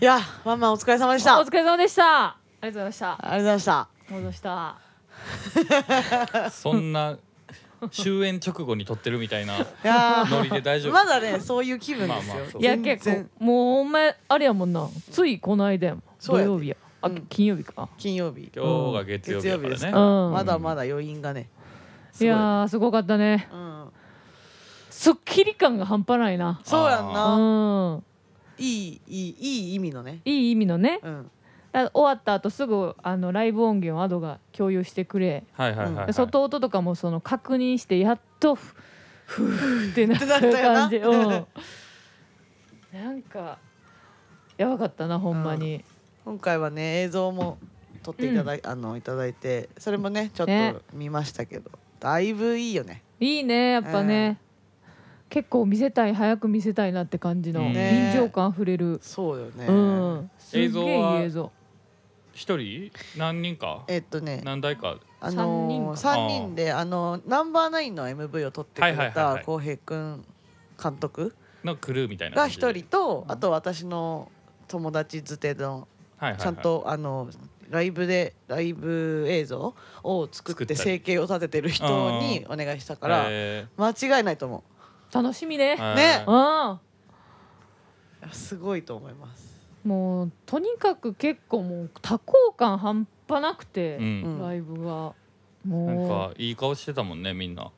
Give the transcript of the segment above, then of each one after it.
いやワンマンお疲れ様でしたおあり疲れ様でしたありがとうございましたがとうございました戻したそんな終演直後に撮ってるみた いないやノリで大丈ー夫まだねそういう気分ですよまあまあそういや全結然構もうお前あれやもんなついこの間やもんそう土や曜日やあうん金曜日か金曜日今日が月曜日だかですらねからうんまだまだ余韻がねすいごいやーすごかったねうんすっきり感が半端ないなそうやんうなんいいいいいい意味のねいい意味のねうんだ終わった後すぐあのライブ音源をアドが共有してくれはいはいはい、はいで外音とかもその確認してやっとふふーってなっなったたよな感じうんなんかやばかったなほんまに今回はね映像も撮っていただいあのいただいてそれもねちょっねと見ましたけどだいぶいいよねいいねやっぱね、結構見せたい早く見せたいなって感じのね臨場感あふれる、そうよねうんすっげえいい映像は映像一人何人かえっとね何台かあのー、3三人か人であのナンバーナインの MV を撮ってくはいれはいはいたはい浩平くん監督のクルーみたいなが感じで一人とあと私の友達づてのはいはいはいちゃんとあのライブでライブ映像を作作っってたり生計を立ててる人にお願いしたからえ間違いないと思楽しみね、ーはいねうんうすごいと思い ますもうとにかく結構もう多幸感半端なくてう、ん、ライブがなんもかいい顔してたもんねみんな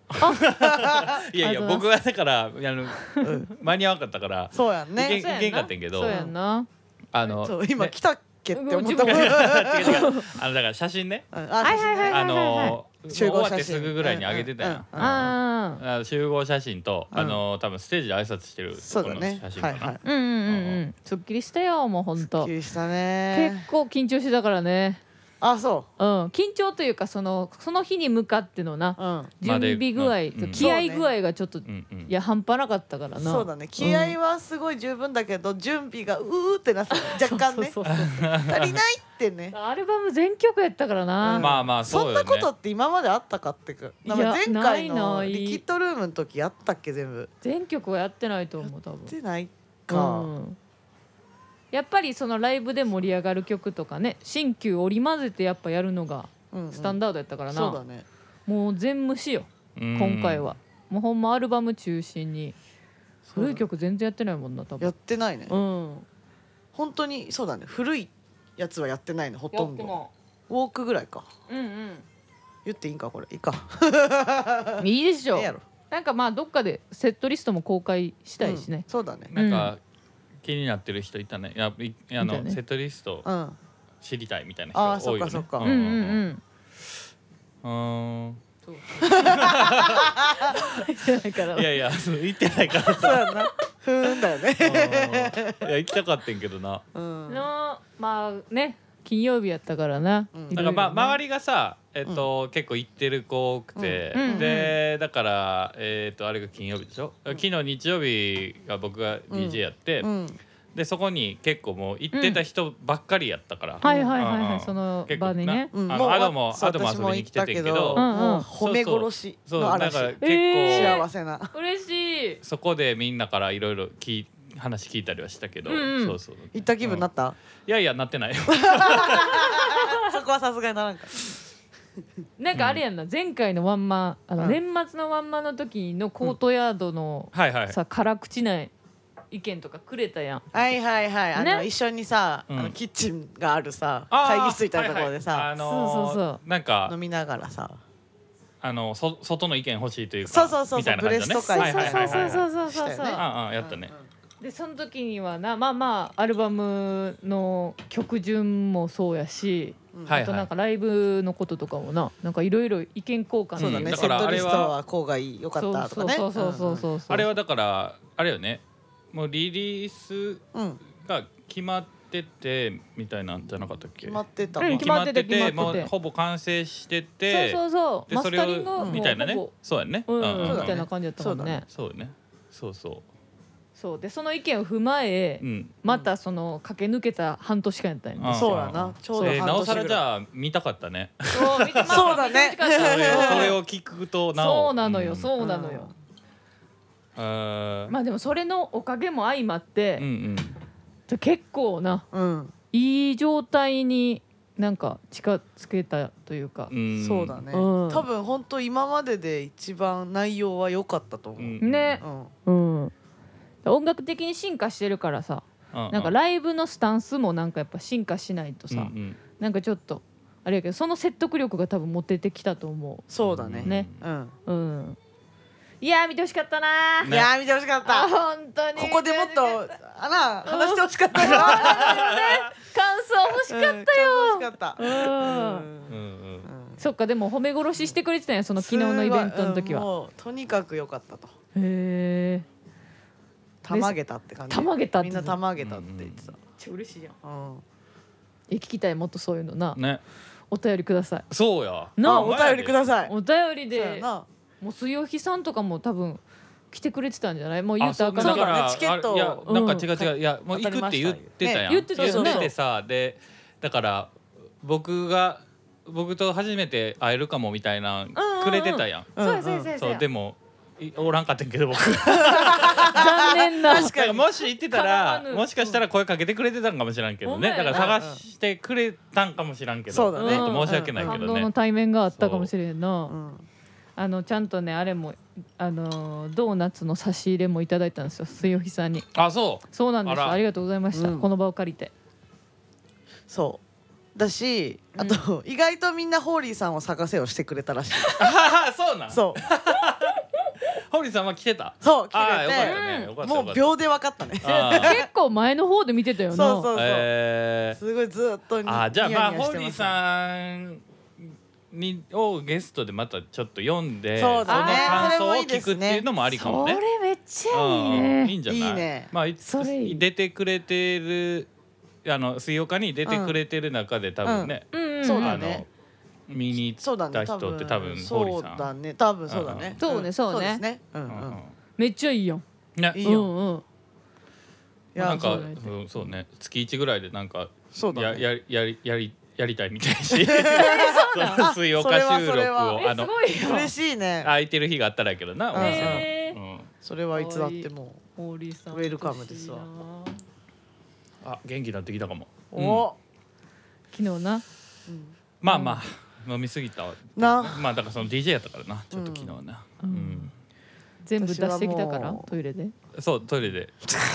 いやいありがとやうご僕はだからあのうん間に合わんかったからそうやんういねけんいけんかったんやけどそうやんなあのそう今ね来たっけって思ったもんうん自う分ん 違う違うあのだから写真ねあはいはいはいあの集終合わ写真ってすぐぐらいに上げてたやんうあああの集合写真と、うんあの多分ステージで挨拶してるそうとだこのね写真かはな、いはいうんうんうんうんすっきりしたよもうほん気と結にしたね構緊張してたからねあそうん緊張というかそのその日に向かってのなううん準まで備具合、うん気合具合がちょっと、うんうんいや半端なかったからなそうだね気合はすごい十分だけど、準備がうーってなってた若干ね そう そうそう足りないってねアルバム全曲やったからな、うんまあまあそうそんよ、ね、なことって今まであったかってくいやなんか前回なのいないリキッドルームの時やったっけ全部全曲はやってないと思う多分やってないか、うんやっぱりそのライブで盛り上がる曲とかね新旧織り交ぜてやっぱやるのがうんうんスタンダードやったからな、そうだねもう全無視ようん今回は、もうほんまアルバム中心に古い曲全然やってないもんな多やっ分てないね、うん本当にそうだね古いやつはやってないねほとんどウォークぐらいかうん言っていいんかこれいいかうんいいでしょええやろなんかまあどっかでセットリストも公開したいしうんね、そうだねなんか気になってる人いたねいやいあいたの、ねセットリストうんあ知りたいみたいなあー人そっ多いよ、かね、そっかうん、うんうんうんだからいやいやそう行ってないからそうやん なふーんだよ ねうんいや行きたかったんけどなうんのまあね金曜日やったからな、うんだからまあ周りりがさえっと、結構行ってる子多くて、うんうんでだからえっとあれが金曜日でしょ、昨日日曜日が僕が DJ やって、うんでそこに結構もう行ってた人ばっかりやったから、はいはいはいはい、うんうんその結構場でねうんあもうのアドもそうアドも私遊びに来ててん行けったど、うんうんもう褒め殺しそうのだ嵐から結構、えー幸せな嬉しいそこでみんなからいろいろ聞い話聞いたりはしたけど、うんうんそうそう行った気分になうっんた、いやいやなってない そこはさすがにならんかなんかあれやんな、前回のワンマンあの、うん年末のワンマンの時のコートヤードの、はいはいさ辛口な意見とかくれたやんはいはいはいあの、ね一緒にさ、うんあのキッチンがあるさあー会議室みたいなところでさ、はいはいあのーそうそうそなんか飲みながらさあのそ外の意見欲しいというかそうそうそうそうみたいな感じだねブレスとかはいはいはいはいそうそうそうそうそうしたそよう、ねああやったね、でその時にはなまあまあアルバムの曲順もそうやし、うんうんはいあとなんかライブのこととかもななんかいろいろ意見交換そうだね、うんだセかッらトあリれスはトはこうがいいよかったとかねそうそうそうそうそうそうあれはだからあれよねもうリリースうんうん、うんが決まっててみたいなんじゃなかったっけ決まってた、うん決まってて決ま決まってってててもうほぼ完成しててそうそうそうでマそスれタリングもをみたいなねほぼそうやねうそうんだねみたいな感じだったもんねそうそうだねそうねそうそでその意見を踏まえ、ううんまたその駆け抜けた半年間やったんやねあそうやなちょうどえー半なお年さぐららいじゃあ見たかった ねそう見てまあそうだね見てほしそかったれをそれを聞くとなおそうなのようそうなのよ、んあーまあでもそれのおかげも相まって、うんうんと結構なうん、いい状態になんか近づけたというか、んそうだね、うん多分本当今までで一番内容は良かったと思う、うんうんねうん、音楽的に進化してるからさうんなんかライブのスタンスもなんかやっぱ進化しないとさ、うんうんなんかちょっとあれやけどその説得力が多分持ててきたと思そうだねねうん、う、うん、いやー見てほしかったなー、いやー見てほしかったあ本当にここでもっとあらうん話してほしかったよ、う感想欲しん、かっ感想欲しかったた、うんうんうんうんそっかでも褒め殺ししてくれてたんやその昨日のイベントの時すは、ごいうんもうとにかく良かったとへえたまげたって感じたまげたってみんなたまげたって言ってた、めっちゃ嬉しいやんうんえ聞きたいもっとそういうのなねお便りくださそうやなああお便りくださいいお便りそうやでなもう水曜日さんとかも多分来てくれてたんじゃないもう言うたらあかんそうかだらねチケットをいやなんか違う違ういやもう行くって言ってたやねん、言ってたよね言っててさでだから僕が僕と初めて会えるかもみたいなうんんうんくれてたやん、そうやんそうやそうやそうでもいおらんかったんけど僕残念 な確かだからにもし行ってた絡らまぬもしかしたら声かけてくれてたんかもしらんけどねほんだまかやなら探してくれたんかもしらんけどそうだねちょっと申し訳ないけ感ど動ね、の対面があったかもしれんうなんあのちゃんとねあれもあのードーナツの差し入れもいただいたんですよ水曜日さんにあそうそうなんですああらりがとうございました、うんこの場を借りてそうだしあ と、意外とみんなホーリーさんを探せをしてくれたらしいあそうなんそう堀さんは来てたそう来ああーよかったてねよかてっもたうよかった秒で分かったねあ ー結構前の方で見てたよそなうそうそう、えすごいずっとにー、あーじゃあニまヤあニヤしホてリまーすさんにをゲストでまたちょっと読んでそうだねの感想を聞くっていうのもありかもねそれめっちゃいいね、うんいいんじゃないいいねまあ、いそれいい出てくれてるあの水曜日に出てくれてる中で多分ね、うんうんんそうだあねの見に行そうだっねた多人分って多分ホリそーうさんだね多分そうだね、うんんそうねそうねですねうんううんんめっちゃいいやんねいいうんようんいやなんかそうだねうんそうね月一ぐらいでなんかそうだねやややりやりやりたいみたい し その水曜それは日収録それはをえあすのごいよ 嬉しいね 空いてる日があったらやけどな、うんお店のへーうんそれはいつだってもホーリーさんウェルカムですわあ元気になってきたかも、うお、昨日なうんまあまあ飲みすぎたわなまあだからその DJ やったからなちょっと昨日な、うんうん全部出してきたか私はらもうトイレでそうトイレで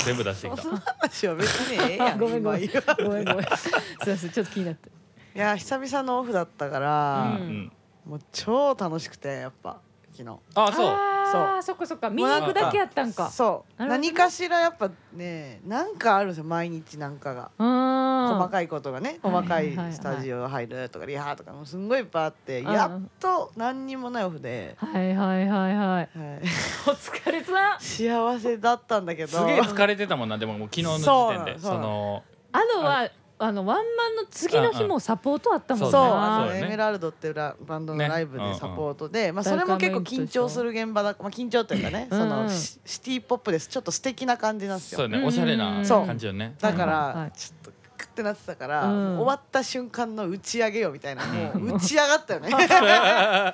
全部出してきた話は別にええやん ごめんごめん今言うご めんごめん すいませんちょっと気になっていや久々のオフだったかうら、うんんもう超楽しくてやっぱ昨日あそうあーそっかそっか見に行くだけやったんかそうなるほどね何かしらやっぱねなんかあるんですよ毎日なんかがあ細いかいことがねはい細かいはいはいスタジオ入るとかリハとかもうすんごいいっぱいあってうんうんやっと何にもないオフで、はいはいはいはいはい、 お疲れさん幸せだったんだけどすげえ疲れてたもんなでももう昨日の時点でそうそそうのあのはあのワンマンの次の日もサポートあったもそんうだあなのそうねエメラルドってラバンドのねライブでサポートで、まあ、ダそイれカメントもでし結ょ構緊張する現場だ、まあ、緊張っていうかねうんそうんのシシティ・ポップですちょっと素敵な感じなんですそようねうんおしゃれなそう感じよねだから、はいはいはいちょっとクってなってたから、うんもう終わった瞬間の打ち上げよみたいなもう打ち上がったよね打ち上がっ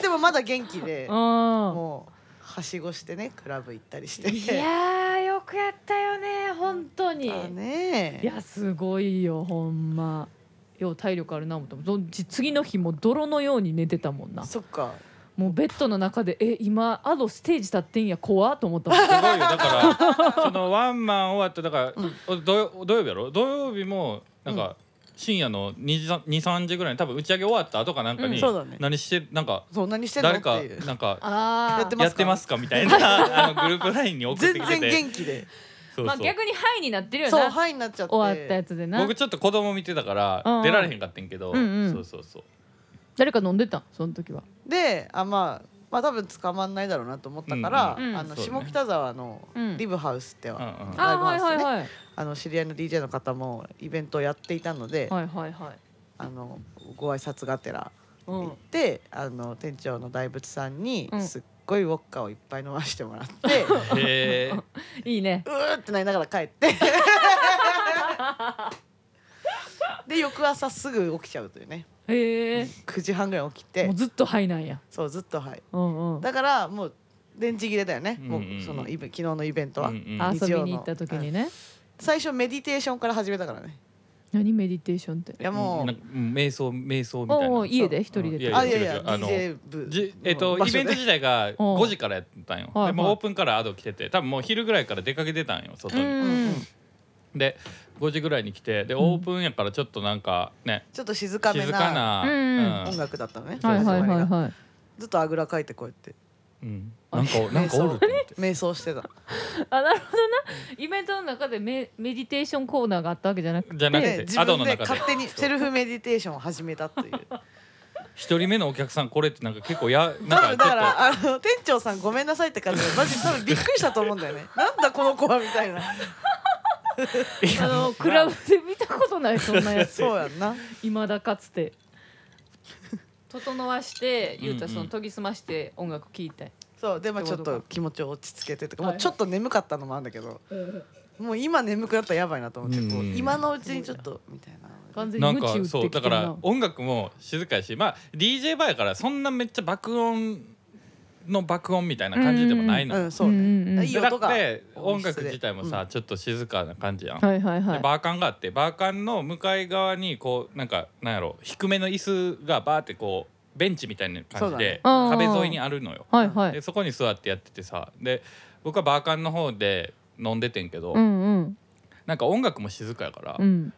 てもまだ元気でうんもうはしごしてねクラブ行ったりしていやーよくやったよね本当にだねいやすごいよほんまよう体力あるな思ったどんじ次の日も泥のように寝てたもんなそっかもうベッドの中でえ今アドステージ立ってんや怖っと思ったも んすごいよだからそのワンマン終わってだから、お土曜土曜日やろ土曜日もなんか、深夜の23時ぐらいに多分打ち上げ終わった後かなんかに、うんそうだね何してなんかそんなにしてんの誰ってかいうなんかあーやってやってますかみたいな あのグループラインに送って全きて然て元気でそうそうまあ逆にハイになってるよそうなはいになっちゃって終わったやつでな僕ちょっと子供見てたからうんうん出られへんかったんけど、うんうんそうそうそう誰か飲んでたんその時はであまあまあ多分捕まんないだろうなと思ったから、うんうんあうのんそうね下北沢のうんリブハウスっては、うんラうんイブあハはウいスでね、はいあはいの知り合いの DJ の方もイベントをやっていたので、はいはいはいあのご挨拶がてらう行んって、あの店長の大仏さんにうんすっごいウォッカをいっぱい飲ましてもら って、うへ ーいいねーってなりながら帰って。で翌朝すぐ起きちゃうというねへえ9時半ぐらい起きてもうずっとハイなんやそうずっとはいうんうんだからもう電池切れだよね、うんもうそのイベ昨日のイベントは、うんうんあ遊日曜びのに行った時にね最初メディテーションから始めたからね何メディテーションっていやもうなんかうん瞑想瞑想みたいなおお家で一人うんでいやあいやい違う違やうあの DJ 部じえっと、場イ所ベでント自体がおう5時からやったんよ、はいでもうはいオープンからアド来てて多分もう昼ぐらいから出かけてたんよ外うに、んで5時ぐらいに来てでオープンやからちょっとなんかね、ちょっと静かめ静かなな、うん音楽だったのねはいはいは始いまりがはいずっとあぐらかいてこうやってうんなんかなんかおると思って瞑想してたあなるほどなイベントの中でメメディテーションコーナーがあったわけじゃなくてじゃなくでて自アド分ので中で勝手にセルフメディテーションを始めたっていう一人目のお客さんこれってなんか結構や多なん分だかからあの店長さんごめんなさいって感じでマジ多分びっくりしたと思うんだよね なんだこの子はみたいなちょっとあのクラブで見たことないそんなやつそうやんな未だかつて整わしてゆうたその研ぎ澄まして音楽聴いてそうでまあってちこょっとかと気持ちを落ち着けてとか、はいもうちょっと眠かったのもあるんだけどもう今眠くなったらやばいなと思って、こううん今のうちにちょっとみたいな完全なにん無か知打ってきそうだてかるらな音楽も静かやしまあ DJ バーやからそんなめっちゃ爆音の爆音みたいな感じでもないの、うんそうね、うんうんうんいいでだ音っがて音楽音質で自体もさ、ちょっと静かな感じやん、はいはいはでいバーカンがあってバーカンの向かい側にこうなんかなんやろ低めの椅子がバーってこうベンチみたいな感じで、そうだね壁沿いにあるのよ、はいはいでそこに座ってやっててさで僕はバーカンの方で飲んでてんけど、うんうんなんか音楽も静かやから、うん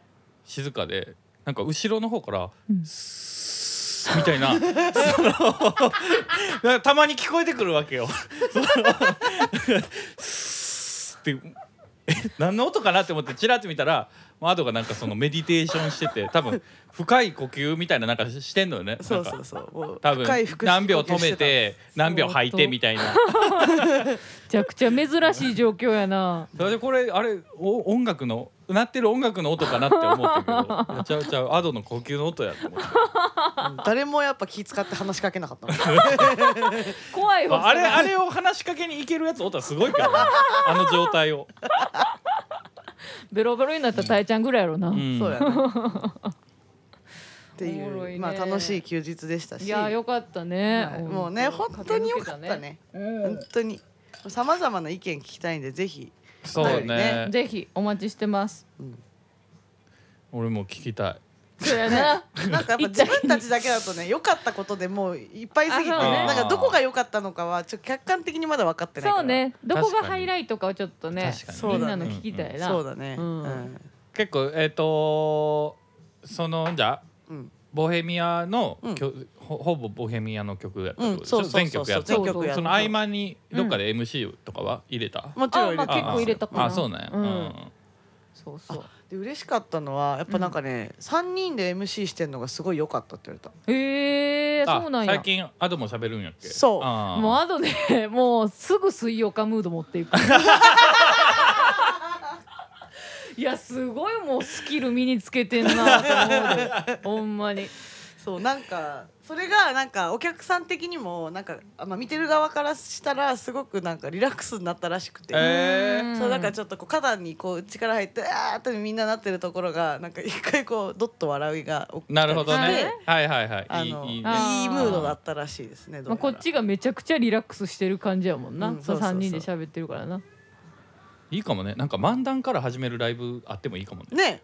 静かでなんか後ろの方からうんスーッみたいなそのなんかたまに聞こえてくるわけよ。そのスーッってえ何の音かなって思ってチラッと見たらアドがなんかそのメディテーションしてて多分深い呼吸みたいななんかしてんのよね。そうそなうんかそうもう多分深い腹式何秒呼吸止してめて何秒吐いてみたいな。めちゃくちゃ珍しい状況や なそれでこれあれお音楽の鳴ってる音楽の音かなって思ったけ どいやちゃうちゃうアドの呼吸の音やと思って。たうん誰もやっぱ気使って話しかけなかったもん 怖いまわあ、あれそあれを話しかけに行けるやつおったらすごいけどねあの状態を、ベロベロになったらたえちゃんぐらいやろな、うんそうやなっていおもろういねまあ楽しい休日でしたしいやよかったね、はいもうね本当によかったねうん本当にさまざまな意見聞きたいんでぜひそうお便りねねぜひお待ちしてます俺も聞きたいそうやななんかやっぱ自分たちだけだとね良かったことでもういっぱいすぎて、あそうねなんかどこが良かったのかはちょっと客観的にまだ分かってないからそうねどこ確かがにハイライトかをちょっとね確かにそうだみねんなの聞きたいな、そうだねううんん、結構えっ、とそのじゃあうんボヘミアの、うんきょほほぼボヘミアの曲やったうんことでしょそうそうそう全曲やったそう全曲やったその合間にどっかで MC とかは入れた、もちろんあまあ結構入れたかなあそうなんや、うんうんそうそうで嬉しかったのはやっぱなんかね、三人で MC してんのがすごい良かったって言われたへえー、あそうなんや最近アドも喋るんやっけそうあーもうあとね もうすぐ水曜かムード持っていくいやすごいもうスキル身につけてんなと思うでほんまにそうなんかそれがなんかお客さん的にもなんかあまあ見てる側からしたらすごくなんかリラックスになったらしくて、えうーんそうなんかちょっとこう肩にこう力入ってあーってみんななってるところがなんか一回こうドッと笑いが起きたりしてなるほどねはいはいはいあいいのいいいいねあムードだったらしいですね。どまうあ、やらこっちがめちゃくちゃリラックスしてる感じやもんな、うんそうそうそうそう3人で喋ってるからな、いいかもねなんか漫談から始めるライブあってもいいかもねね、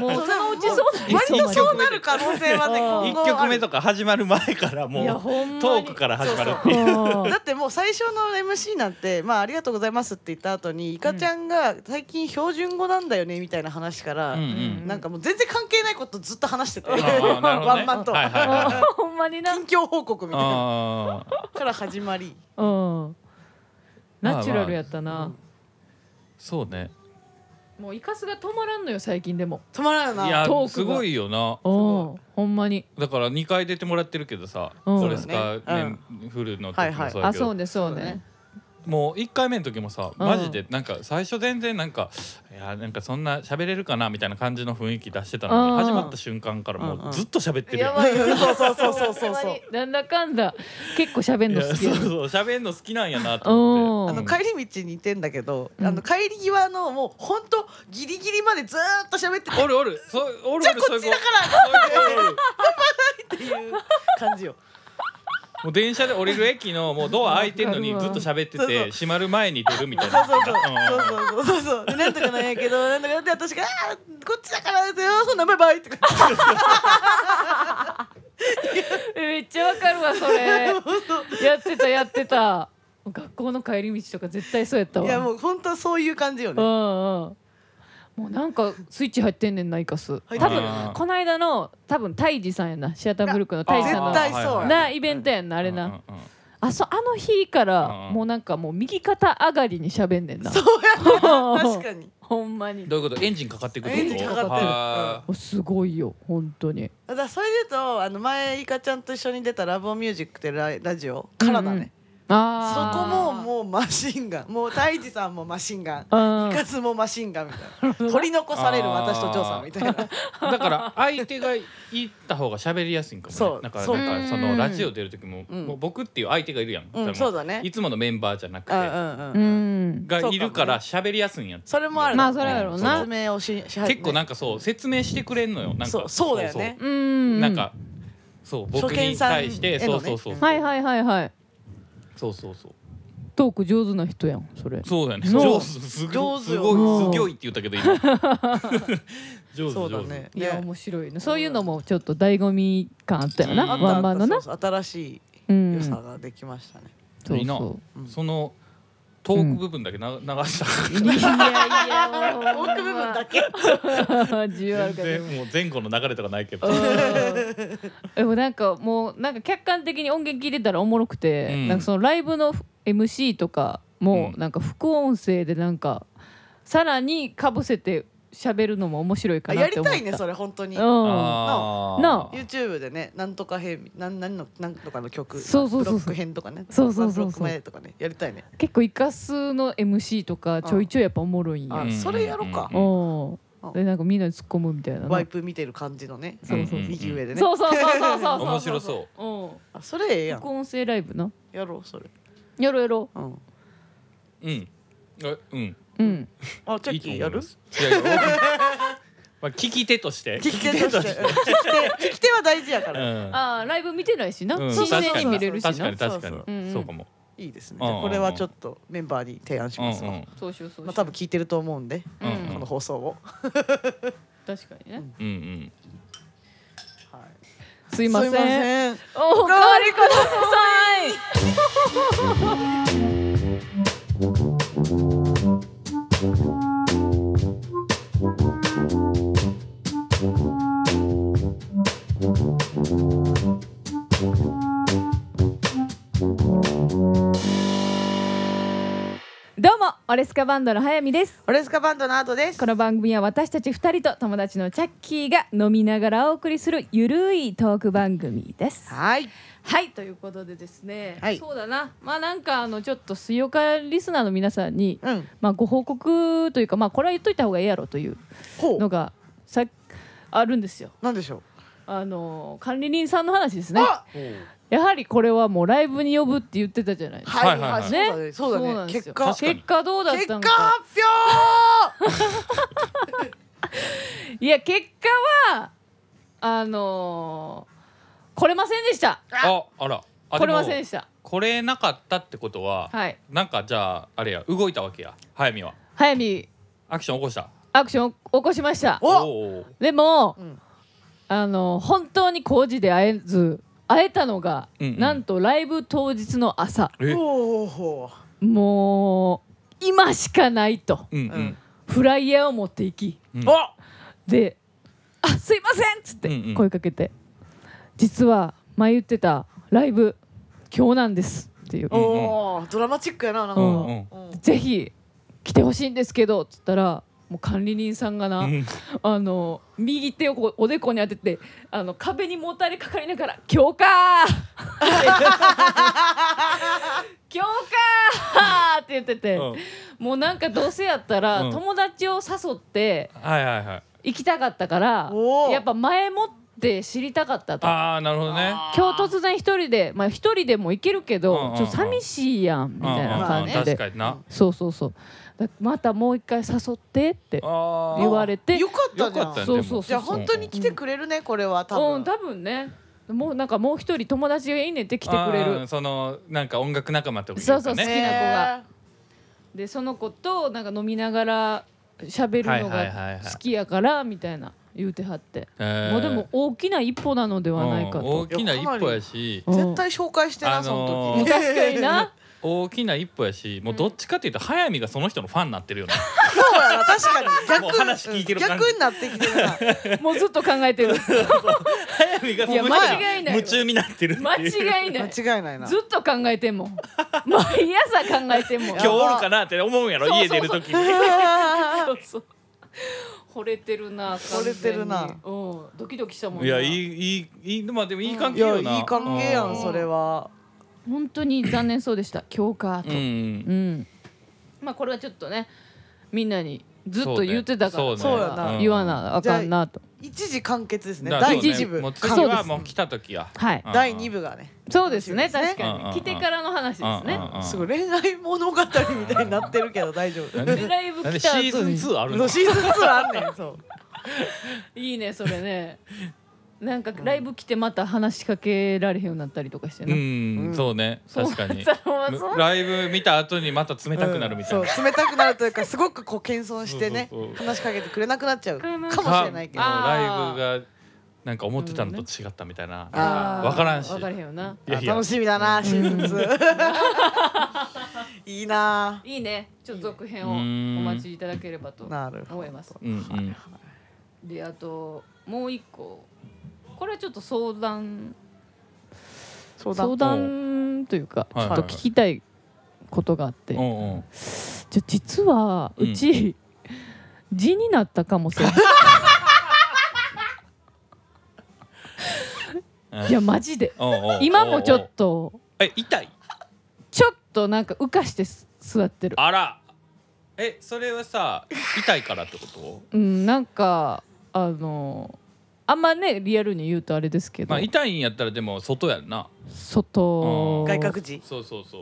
もうそのうちそうなん割とそそうなる可能性はねあー今一後曲あ目る。とか始まる前からもいうやほんまにトークから始まるっていうだってもう最初の MC なんて「まあありがとうございます」って言った後にいかちゃんが「最近標準語なんだよね」みたいな話から、うんうんんなんかもう全然関係ないことずっと話してて、あーなるほどねワンマンと、はいはいはいはい ほんまにな、う近況報告みたいなあーから始まりん、まあナチュラルやったな、そうねもうイカスが止まらんのよ最近でも止まらないいなやトークがすごいよなうんほんまにだから2回出てもらってるけどさ「うんそれスカそうだねねフル」の時もそはういはいやあけそうどねそうねもう1回目の時もさうんマジでなんか最初全然なんかいやなんかそんな喋れるかなみたいな感じの雰囲気出してたのうんに始まった瞬間からもんううんずっと喋ってるややんばいそうそうそうそうほそんうまそうになんだかんだ結構喋んいのや好きそうやそう喋んの好きなんやなと思ってあの帰り道にいてんだけど、うんあの帰り際のもうほんとギリギリまでずーっと喋って ておるおるそうおるおるじゃあこそうっいちう子だからそういう子おるおるっていう感じよもう電車で降りる駅のもうドア開いてるのにわかずるっわと喋ってそうそうて閉まる前に出るみたいそうな。そううんそうそうそうそうそうでなんとかなんやけどなんとかなって私が「あーこっちだからですよほんならバイバイ」とかめっちゃわかるわそれ やってたやってた学校の帰り道とか絶対そうやったわいやもう本当そういう感じようねんうんもうなんかスイッチ入ってんねんなイカス入って多る分この間の多分タイジさんやなシアターブルックのタイジさん絶の対そうなイベントやんなあれな、うんうんうんあそあの日からうんうんもうなんかもう右肩上がりに喋んねんなそうやな確かに ほんまにどういうことエンジンかかってくるエンジンかかってるはおすごいよ本当にだからそれで言うとあの前いかちゃんと一緒に出た「ラボミュージック」ってララジオからだね、そああこももうマシンガンもう太一さんもマシンガンうイんカスもマシンガンみたいな 取り残される私とジョーさんみたいなーだから相手が行った方が喋りやすいんかもねそうなんかそうなんかそのラジオ出る時もうんもう僕っていう相手がいるやん、うんそうだねいつものメンバーじゃなくて、うんうんううんんがいるから喋りやすいんやってそれもあるまあそれはやろうな説明をしし始め結構なんかそう説明してくれんのよなんかそうそうだよねうそうんなんかそう僕に対して初見さんへのそうねそうそうはいはいはいはいそうそうそうトーク上手な人やんそれそうだねそう上手す上ごい手すよごいすごいって言ったけど今上 手そうだ上手ねいやね面白いねそういうのもちょっと醍醐味感あったよなうんあワったンマンのあなったそうそう新しういん良さができましたね、そういいなそうんそのトーク部分だけな流したういやいや多く部 分だけ自由ある全から でも然もう前後の流れとかないけどうんでもなんかもうなんか客観的に音源聞いてたらおもろくて、うんなんかそのライブの MC とかもうんなんか副音声でなんかさらにかぶせて喋るのも面白いかあなやってり思ったたいねそれ本当にうあーな YouTube でねなんとか編なんなんのなんとかの曲そうそうそブロうそうック編とかねそうそうそうブそうロック前とかねやりたいねん、結構イカスの MC とかちょいちょいやっぱおもろいんやあうんそれやろうかうおうんでなんかみんなに突っ込むみたいななワイプ見てる感じのねそうそううん右上でねそうそうそうそうそうそう 面白そうう、うん、あそれええや副ん音声ライブなやろうそれやろうやろうんうんえうんううんあチャッキーやるいいと思いますいやいやまあ聞き手として聞き手としてうん聞き手聞き手は大事やかうらんああライブ見てないしな、うん新鮮確かに見れるし確かなに確かそうそううんうにんそうかもいいですねうんじゃあこれはちょっとメンバーに提案しうんうますわんそうしようそうしよう、まあ多分聞いてると思うんでうんうんこの放送を確かにね、うんうんはいすいませんすいませんおかわりくださいどうもオレスカバンドの早見ですオレスカバンドの後ですこの番組は私たち2人と友達のチャッキーが飲みながらお送りするゆるいトーク番組です。はいはいということでですね、はいそうだなまあなんかあのちょっと水曜からリスナーの皆さんに、うんまあ、ご報告というかまあこれは言っといた方がいいやろというほのうがさあるんですよ。なんでしょうあの管理人さんの話ですねあやはりこれはもうライブに呼ぶって言ってたじゃないですか。はいはいははいいはいそうだねそうだなんねです結よ果確かに結果どうだっ結た果の発か表いや結果はあのー、来れませんでしたああらあ来れでまもせんでしたこれなかったってことははいなんかじゃああれや動いたわけや早見は早見アクション起こしたアクション起こしましたおおーでも、うんあの本当に工事で会えず会えたのが、うんうんなんとライブ当日の朝えおおもう今しかないとうんうんフライヤーを持っていきうんあで「あすいません!」っつっうんうてん声かけて「実は前言ってたライブ今日なんです」っていううんうんおおドラマチックやななんかうんうん「ぜひ来てほしいんですけど」っつったらもう管理人さんがな、うんあの右手をこうおでこに当ててあの壁にもたれかかりながら「今日 かー!って」今日かー!」って言ってて、うんもうなんかどうせやったら、うん友達を誘ってはいはいはい行きたかったからおーやっぱ前もって知りたかったと。ああなるほどね今日突然一人でまあ一人でも行けるけど、うんうんうんちょっと寂しいやんみたいな感じうんうんで、確かになそうそうそうだまたもう一回誘ってってあー言われてよかったよじゃかんったねそうそうそうじゃあ本当に来てくれるねこれは多うん分多分ねもうなんかもう一人友達がいいねって来てくれあーるそのなんか音楽仲間ってことそうかそう好きなね子がでその子となんか飲みながら喋るのはいはいはいはがい好きやからみたいな言うてはって、えーもうでも大きな一歩なのではないかうんと大、きな一歩やしうん絶対紹介してな、あそののー時。確かに な大きな一歩やしもうどっちかっていうと速水がその人のファンになってるよねそうやな確かに もう逆話聞いてる感じ逆になってきてるな。もうずっと考えてる速水がそのいや人間違いにない夢中になってるって間いう違いない間違いないな。ずっと考えてんもん毎朝考えてんもん今日おるかなって思うんやろそう家出る 時にそうそう惚れてるな惚れてるな完全にうんドキドキしたもんないやいいいいいいまあでもいい 関い係やよないい関係やんそれは。本当に残念そうでした今日かとうん、ううんん、まあこれはちょっとねみんなにずっと言ってたから、そうねそうねそうやな言わなあかんなと、一時完結ですね。だか第らそうね一部もう。そ次うではすもう来た時やはいうん第二部がね。そうですねそうです確ねかうんうんうんに来てからの話ですねすごい恋愛物語みたいになってるけど大丈夫。なんででライブなん来でシた後ーにズン2あ るそのうシーズン2あんねんそう。いいねそれねなんかライブ来てまた話しかけられへんようになったりとかしてうな、うんんそうね確かに そうそうそうライブ見た後にまた冷たくなるみたいなうんそう冷たくなるというかすごくこう謙遜してねそうそうそう話しかけてくれなくなっちゃうかもしそうれないけどもあうライあーブがなんか思ってたのと違ったみたいな、んねあーわからんしわからへんよないやいや楽しみだなシー ズン2いいないいねちょっと続編をうおん待ちいただければとなるほど思いますうんうんであともう一個これはちょっと相談相相談談というかちはいょはっいと聞きたいことがあって、うんうんじゃ実はうんうち、字になったかもし れないいやマジでおうおう今もちょっとえ痛いちょっとなんか浮かしてす座ってるあらえそれはさ痛いからってことうんなんかあのあんまねリアルに言うとあれですけど、まあ痛いんやったらでも外やんな外外国人そうそうそ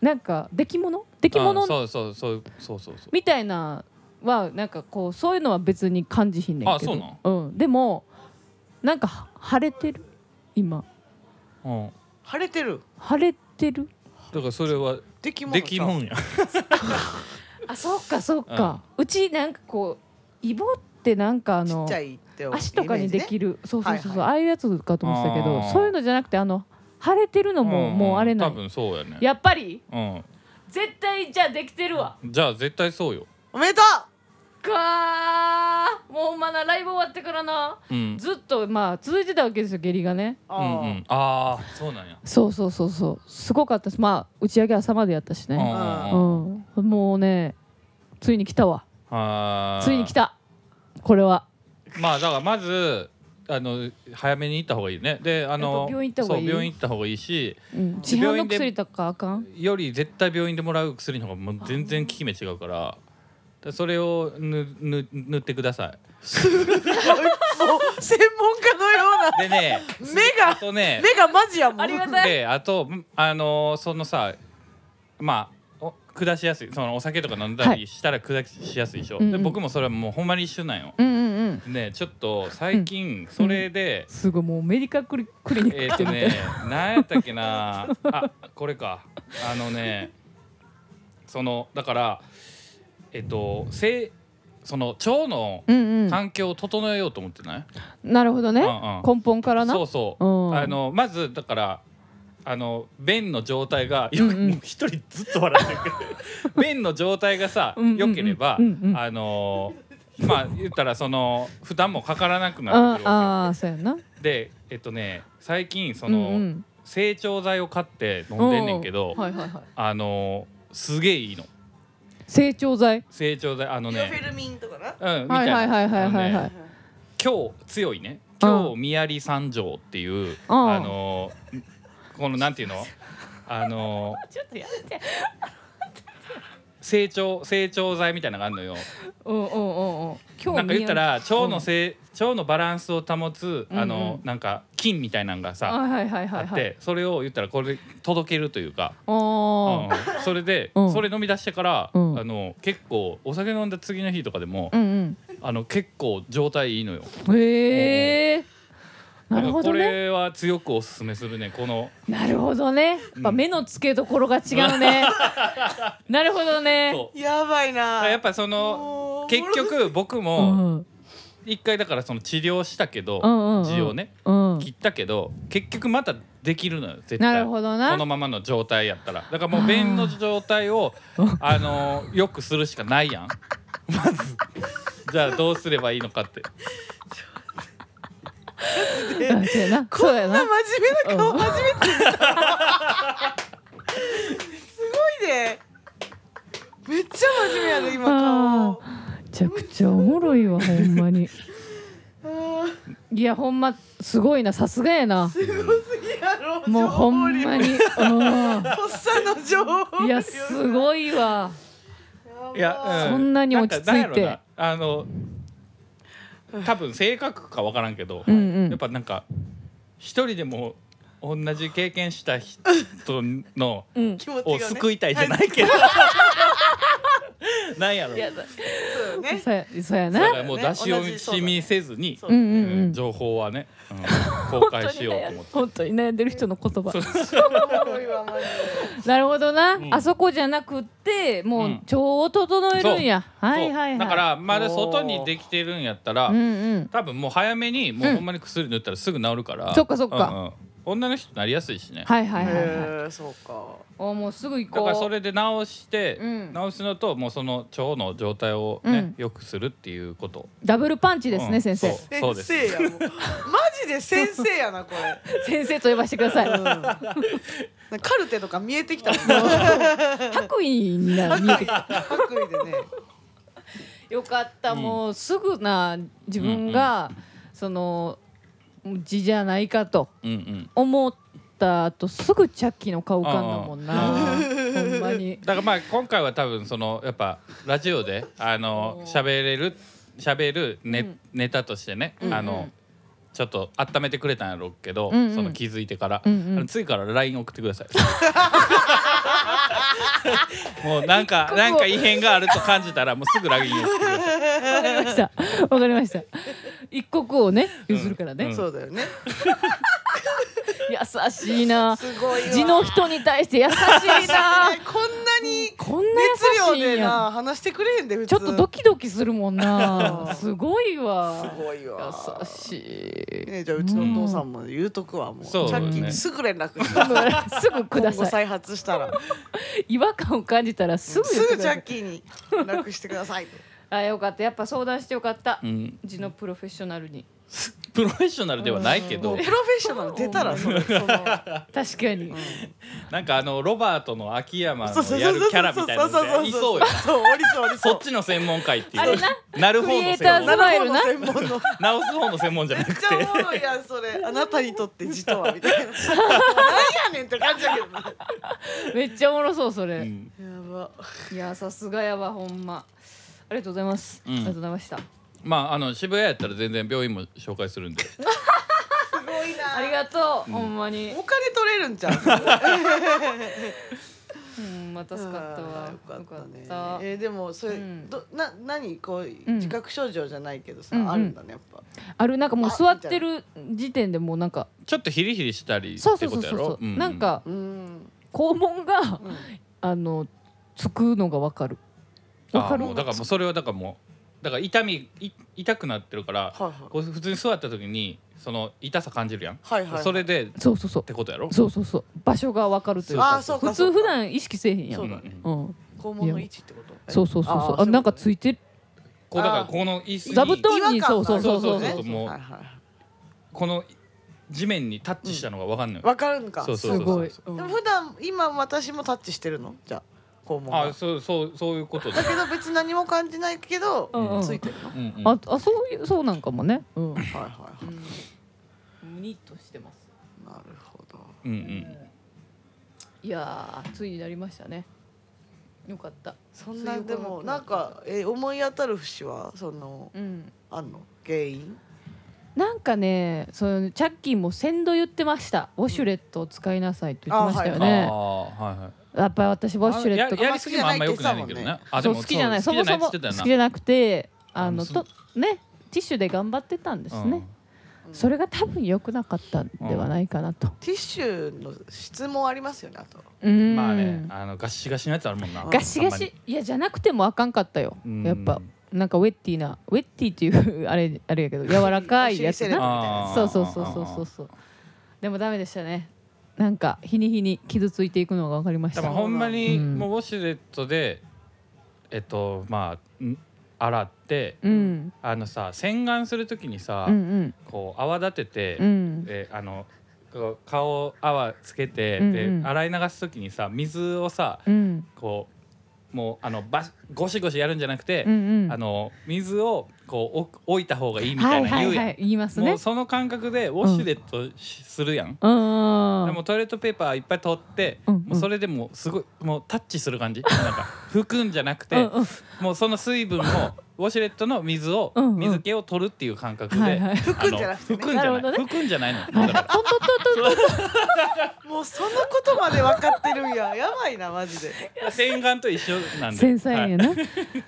うなんか出来物出来うん物そうそうそうそうそうそうみたいなはなんかこうそういうのは別に感じひんねんけどあそうん、でもなんかは晴れてる今うん晴れてる晴れてるだからそれはできもんできもんんやあそうかそうか、うちなんかこうイボってなんかあちっのちゃいって思う足とかにできる、そうそうそうそう、はいはいああいうやつかと思ってたけどあーそういうのじゃなくてあの腫れてるのも、んんもうあれな多い分そうやねやっぱりうん絶対じゃあできてるわじゃあ絶対そうよイメージねおめでとかーもうまだライブ終わってからなうんずっとまあ続いてたわけですよ下痢がねうううんんうんああそうなんやそうそうそうそうすごかったですまあ打ち上げ朝までやったしねうんううんうんん、もうねついに来たわあーついに来たこれはまあだからまずあの早めに行った方がいいねであやっのぱ病院行った方がいいそう病院行った方がいいしうん市販の薬とかあかんより絶対病院でもらう薬の方がもう全然効き目違うからだそれをぬぬ塗ってくださ専門家のようない でね目があとね目がマジやもんありがたいであとんあのーそのさまあお下しやすいそのお酒とか飲んだりしたら下しやすいでしょ、うんうでん僕もそれはもうほんまに一緒なんようんうんうんねちょっと最近それで、すごいもうメディカクリクリニッえクっ、来てとみたいね、なんやったっけな、あ、これか、あのね。その、だから、えっ、と、せ、その腸のうんうん環境を整えようと思ってない。なるほどね、うんうん根本からなそうそう、うんあの、まず、だから。あの便の状態がようんく、うん もう一人ずっと笑ってるけ ど便の状態がさうんうんうん良ければ、うんうんあのまあ言ったらその負担もかからなくなあってくるわあーそうやなけでえっとね最近そうんの、うん成長剤を買って飲んでんねんけど、うはいはいはいあのーすげえいいの成長剤成長剤あのミオフェねルミンとかなうんみはたいいなはいはいはいはいあのはねい今日強いねうん今日宮城三条っていううんあのーこのなんていうのあのーちょっとやめて成長成長剤みたいなのがあるのようんうんうんうん今日なんか言ったら腸のせい腸のバランスを保つあうんうのんなんか菌みたいなのがあさはいはいはいあはいはっいてそれを言ったらこれ届けるというかあーうんそれで、 うんそれ飲み出してから、うんあの結構お酒飲んだ次の日とかでも、うんあの結構状態いいのようんへえなるほどこねれは強くおすすめするねこのなるほどねやっぱ目の付けどころが違う ねなるほどねそうやばいなやっぱそものう結局僕うもん一回だからその治療したけどうんうんうん治療ねうん切ったけど結局またできるのよ絶対なるほどなこのままの状態やったらだからもう便の状態をあのよくするしかないやんまずじゃあどうすればいいのかって うんそうやなそうやこんなな真面目な顔初めて見たすごいねめっちゃ真面目やね今顔めちゃくちゃおもろいわほんまにあー いやほんますごいなさすがやなすごすぎやろもうほん まにうとっさの情報んいや量すごいばわいや、うそんなに落ち着いてなんかなんやろなあの多分性格か分からんけど、うんうんやっぱなんか一人でも同じ経験した人のうん気持ちが、ね、を救いたいじゃな いけど、なんやろやだだそうよねそうやそうやなからもう出し惜しみせずに、そううんうんううんん情報はね、うん公開しようと思っ て。本当に悩んでる人の言葉おもろいわマジでなるほどな、んあそこじゃなくってもううん腸を整えるんや、そうはいはいはいだからまだ外にできてるんやったら、うんうん多分もう早めにもううんほんまに薬塗ったらすぐ治るから、そっかそっかうんうん女の人なりやすいしね、はいはいはいはい、へえそうかおもうすぐ行こだうからそれで治して、うん治すのともうその腸の状態をね、う良くするっていうことダブルパンチですね、うん先生そ先うです生やもうマジで先生やなこれ、先生と呼ばせてください、白カルテとか見えてきたもん衣になる見えてきた白衣でねよかった、うんもうすぐな自分が、その字じゃないかとうんうん思った後すぐチャッキーの顔浮かんだもんなあほんまにだからまあ今回は多分そのやっぱラジオであの喋れる喋るネ,、うんネタとしてね、うんうんあのちょっと温めてくれたんやろうけど、うんうんその気づいてから、うんうんあの次から LINE 送ってください もうなんか刻をなんか異変があると感じたらもうすぐ LINE 送ってください わかりましたわかりました一刻をね譲るからね、うんそうだよね優しいなすごいわ地の人に対して優し いなこんなにこんな熱優し量いんでなや話してくれへんで普通ちょっとドキドキするも んなすごいすわごいわ優しい ねじゃあうちのお父さんも言うとくわもうそうさっきねすぐ連絡して今度はすぐくだ今後さ再い発したら 違和感を感じたらすぐ言っすぐてくジだャさッいキーに連絡してくださいあよかったやっぱ相談してよかったうん地のプロフェッショナルにプロフェッショナルではないけもどうプロフェッショナル出たらそれその確かになんかあのロバートの秋山のやるキャラみたいなのでいそうよそうおりそうおりそそうっちの専門家っていあれうななる方クリエのイタ専ーズ門のなるほど専門の直す方の専門じゃめなっくてちゃおもろいやんそれあなたにとって字とはみたいな なんやねんって感じやけどなめっちゃおもろそうそれ、うんやばいやさすがやわほんまありがとうございます、うんありがとうございましたまああの渋谷やったら全然病院も紹介するん ですごいなありがとう、ほんまにお金取れるんじゃんうん、まあ助かったわ。うんよかったねよかったえーでもそれ、うんどな何こううん自覚症状じゃないけどさ、うんうんあるんだねやっぱあるなんかもう座ってる時点でもうなんか、ちょっとヒリヒリしたりってそうこそうそうとやそうろそうう、なんかうん肛門があのつくのがわかる。わかあるもう。だからもうそれはだからもうだから痛みい痛くなってるから、はいはいこう普通に座った時にその痛さ感じるやん、はいはいはいそれでっそうそうそうて。ことやろそうそうそう。場所がわかるというか。あそうか普そ通うか普段意識せえへんやん。。そううんだんねん肛門の位置ってことそうそうそうそう。ああーなんかついてる。こうだからこの椅子に座布団違和感があるそうそうそうそうねそうもうはいはこの地面にタッチしたのがわかんないい、わかるんかそうそうすそうそごうい。うんでも普段今私もタッチしてるのじゃあ肛門があそうそうそういうことで だけど別に何も感じないけど、うんうんついてるの、はうんうんああそういうそうなんかもね。うん。いはいはい、むにっとしてます。なるほどうんうんいやーついになりましたね。よかった。そんなでもなんか、え思い当たる節はそのうん。あんの原因なんかねそのチャッキーも先導言ってましたウォシュレットを使いなさいって言ってましたよあね、あはいはいやっぱり私ウォシュレットあややりすぎもあんま良くないねんけどあんまねあでそうも好きじゃないそそう好もきじそもゃないっ好て言ってたよきなじゃなくてあうのんとねティッシュで頑張ってたんですね、それが多分良くなかったんではないかなと。ティッシュの質もありますよねあとうんまあねあのガシガシのやつあるもんなガシガシいやじゃなくてもあかんかったようんやっぱなんかウェッティなウェッティっていう あれあれやけど柔らかいやつお尻セレブなみたいなあーそうそうそうそうそうそうでもダメでしたねなんか日に日に傷ついていくのが分かりまし多た分ほんまにうんもうウォシュレットでえっとまあん洗ってうんあのさ洗顔するときにさうんこう泡立ててうんうんであのこう顔泡つけてうんうでん洗い流すときにさ水をさうんこうもうあのバシゴシゴシやるんじゃなくてう、んうんあの水をこう置く置いた方がいいみはたいいなは言ういやん、はい言いますもねうその感覚でウォシュレットしするやん、うんでもトイレットペーパーいっぱい取って、うんうんもうそれでもうすごいもうタッチする 感じなんか拭くんじゃなくて、うんうんもうその水分をウォシュレットの水を、うんうん水気を取るっていう感覚で、はいはい拭くんじゃなくてね拭くんじゃない、なるほどね拭くんじゃないのだからとんとんとんとんとんもうそのことまで分かってるんややばいなマジで洗顔と一緒なんで繊細はいやな、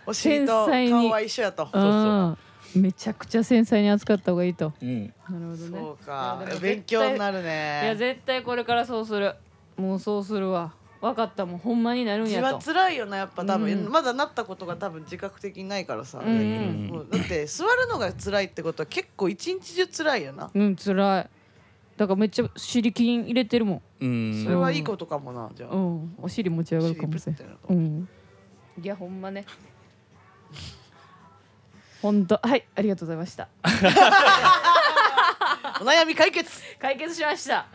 お尻と繊細に顔は一緒やとうそううんめちゃくちゃ繊細に扱った方がいいとうん、なるほどねそうかいやでも絶対勉強になるいやね絶対これからそうするもうそうするわ分かったもんほんまになるん字やはと辛いよなやっぱ多分、うんまだなったことが多分自覚的にないからさ、うんうんもうだって座るのが辛いってことは結構一日中辛いよなうん辛いだからめっちゃ尻筋入れてるもんうんそれはいいことかもなじゃうあ、んお尻持ち上がるかもしれ尻プッてなるかうもんいやほんまねほんとはいありがとうございましたお悩み解決解決しました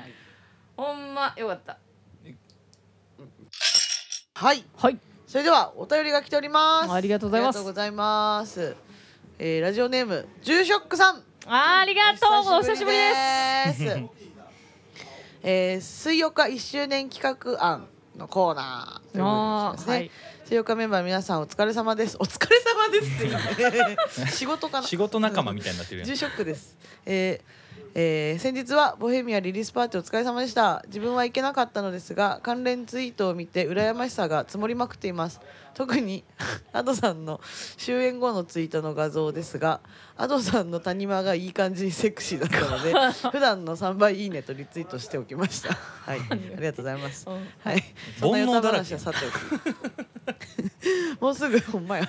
ほんまよかったはいはいそれではお便りが来ておりますありがとうございますありがとうございますえー、ラジオネームジューショックさんあーありがとうお久しぶりですす。えー、水曜日一周年企画案のコーナーということですね。あーはい水曜日メンバー皆さんお疲れ様です。お疲れ様ですって 仕事かな。仕事仲間みたいになってるやん住職です。えーえー先日はボヘミアリリースパーティーお疲れ様でした自分は行けなかったのですが関連ツイートを見て羨ましさが積もりまくっています特に アドさんの終演後のツイートの画像ですがアドさんの谷間がいい感じにセクシーだった ので普段の3倍いいねとリツイートしておきましたはいありがとうございます、うんはいそんな煩予悩算だら話けはさておき もうすぐほんまや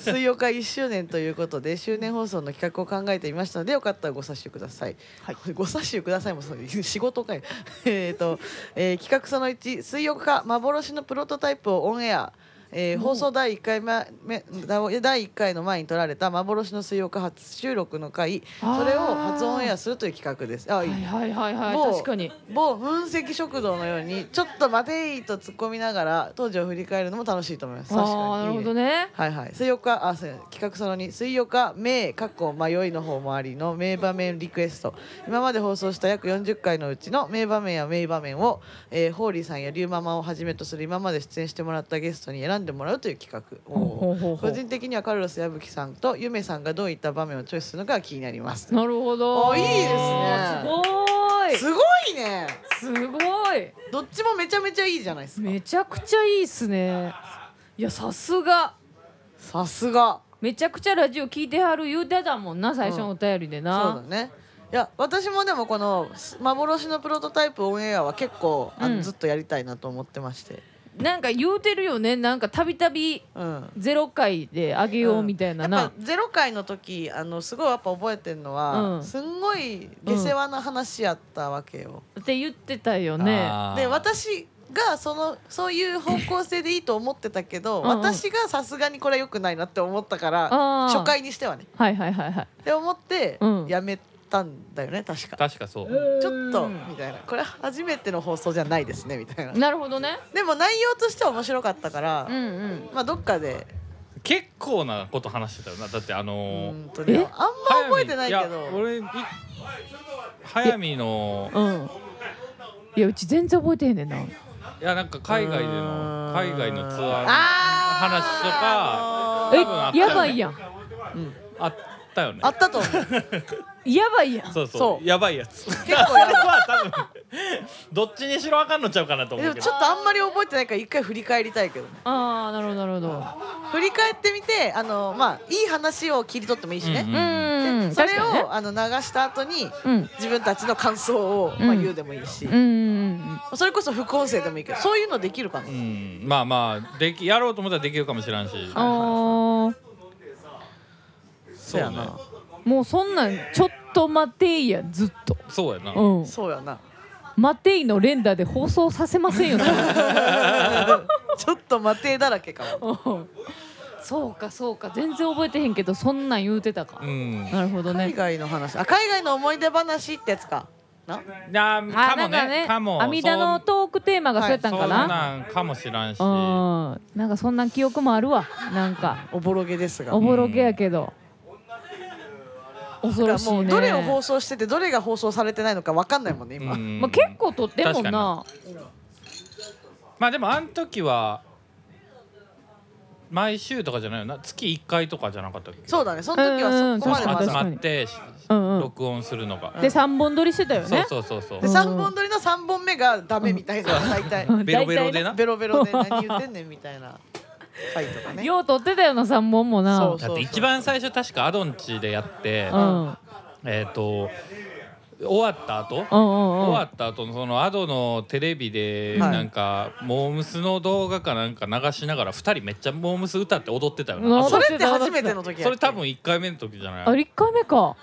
水曜会1周年ということで周年放送の企画を考えてみましたのでよかったらご察しください、 ご察しくださいもそう仕事かよえっと、 えー企画その1水曜化幻のプロトタイプをオンエアえー放送第1回目め第一回の前に撮られた幻の水曜化初収録の回あーそれを初オンエアするという企画ですあ、はいいはいはいはいもう確かに某分析食堂のようにちょっと待ていと突っ込みながら当時を振り返るのも楽しいと思います確かにああーないいるほどねねはいはい水曜日あそうや企画その2水曜日名かっこ迷いの方もありの名場面リクエスト今まで放送した約40回のうちの名場面や名場面を、えーホーリーさんやリュウママをはじめとする今まで出演してもらったゲストに選んでもらうという企画ほうほうほうほ個う人的にはカルロス矢吹さんとゆめさんがどういった場面をチョイスするのかが気になりますなるほどあいいですねすすごいねごいすごいどっちもめちゃめちゃいいじゃないですかめちゃくちゃいいっすねいやさすがさすがめちゃくちゃラジオ聞いてはる言うてたもんな最初のお便りでそうだな、ねいや私もでもこの「幻のプロトタイプオンエア」は結構あの、うんずっとやりたいなと思ってまして、なんか言うてるよねなんかたびたびうん、ゼロ回であげようみたいなやっなぱ、ゼロ回の時あのすごいやっぱ覚えてるのは、うんすんごい下世話な話やったわけよ、って言ってたよねあーで私がそのそういう方向性でいいと思ってたけどうんうん私がさすがにこれは良くないなって思ったかあらー初回にしてはねはいはいはいはいって思ってうんやめたんだよね確か確かそう、ちょっとみたいなこれは初めての放送じゃないですねみたいななるほどねでも内容としては面白かったから、うんうんまあどっかで結構なこと話してたよなだってあうのーんとねえあんま覚えてないけやど俺い早見のうんいやうち全然覚えてへんねんないやなんか海外でうのん海外のツアーの話とあかーえ多分あったよねやばいやんあったよねあったと思うやばいやんそうそうそうやばいやつ結構やばい それは多分どっちにしろあかんのちゃうかなとで思もうけちどょっとあんまり覚えてないから一回振り返りたいけどねああなるほどなるほど振り返ってみてあのまあいい話を切り取ってもいいしね、うんうんうんそれ確かにねをあの流した後にうん自分たちの感想をまあうん言うでもいいしうんう、んそれこそ副音声でもいいけど、そういうのできるかなう。んまあまあできやろうと思ったらできるかもしれんしうんあーそそううやねな。もうそんなんちょっと待ていやずっとそうやな、うんそうやな。待ていの連打で放送させませんよそれ ちょっと待てだらけかも。うんそうかそうか全然覚えてへんけどそんなん言うてたかうんなるほど海ね外の話、あ海外の思い出話ってやつか。な。なあかなもんかねねかも阿弥陀のトークテーマがそうやったんそうかそうななんかもしらんしうんなんかそんな記憶もあるわなんかおぼろげですが。おぼろげやけど恐ろしいもうねどれを放送しててどれが放送されてないのかわかんないもんね今、うんまあ、結構撮ってんもんなまあでもあの時は毎週とかじゃないよな月1回とかじゃなかったっけそうだねその時はそこまでうんうん確か集に確かままってうんうん録音するのが、で3本撮りしてたよそうねそうそうそうで3本撮りの3本目がダメみたいな大体うんベロベロでなベロベロで何言ってんねんみたいな回とかねよう撮ってたよな3本もなそうだって一番最初確かアドンチでやって、うんうんえっ、と終わった後、うん終うわんった後のそのアドのテレビではいなんか、モームスの動画かなんか流しながら2人めっちゃモームス歌って踊ってたようなわあそそれれって初めての時やっけそれ多分1回目の時じゃないあ一回目か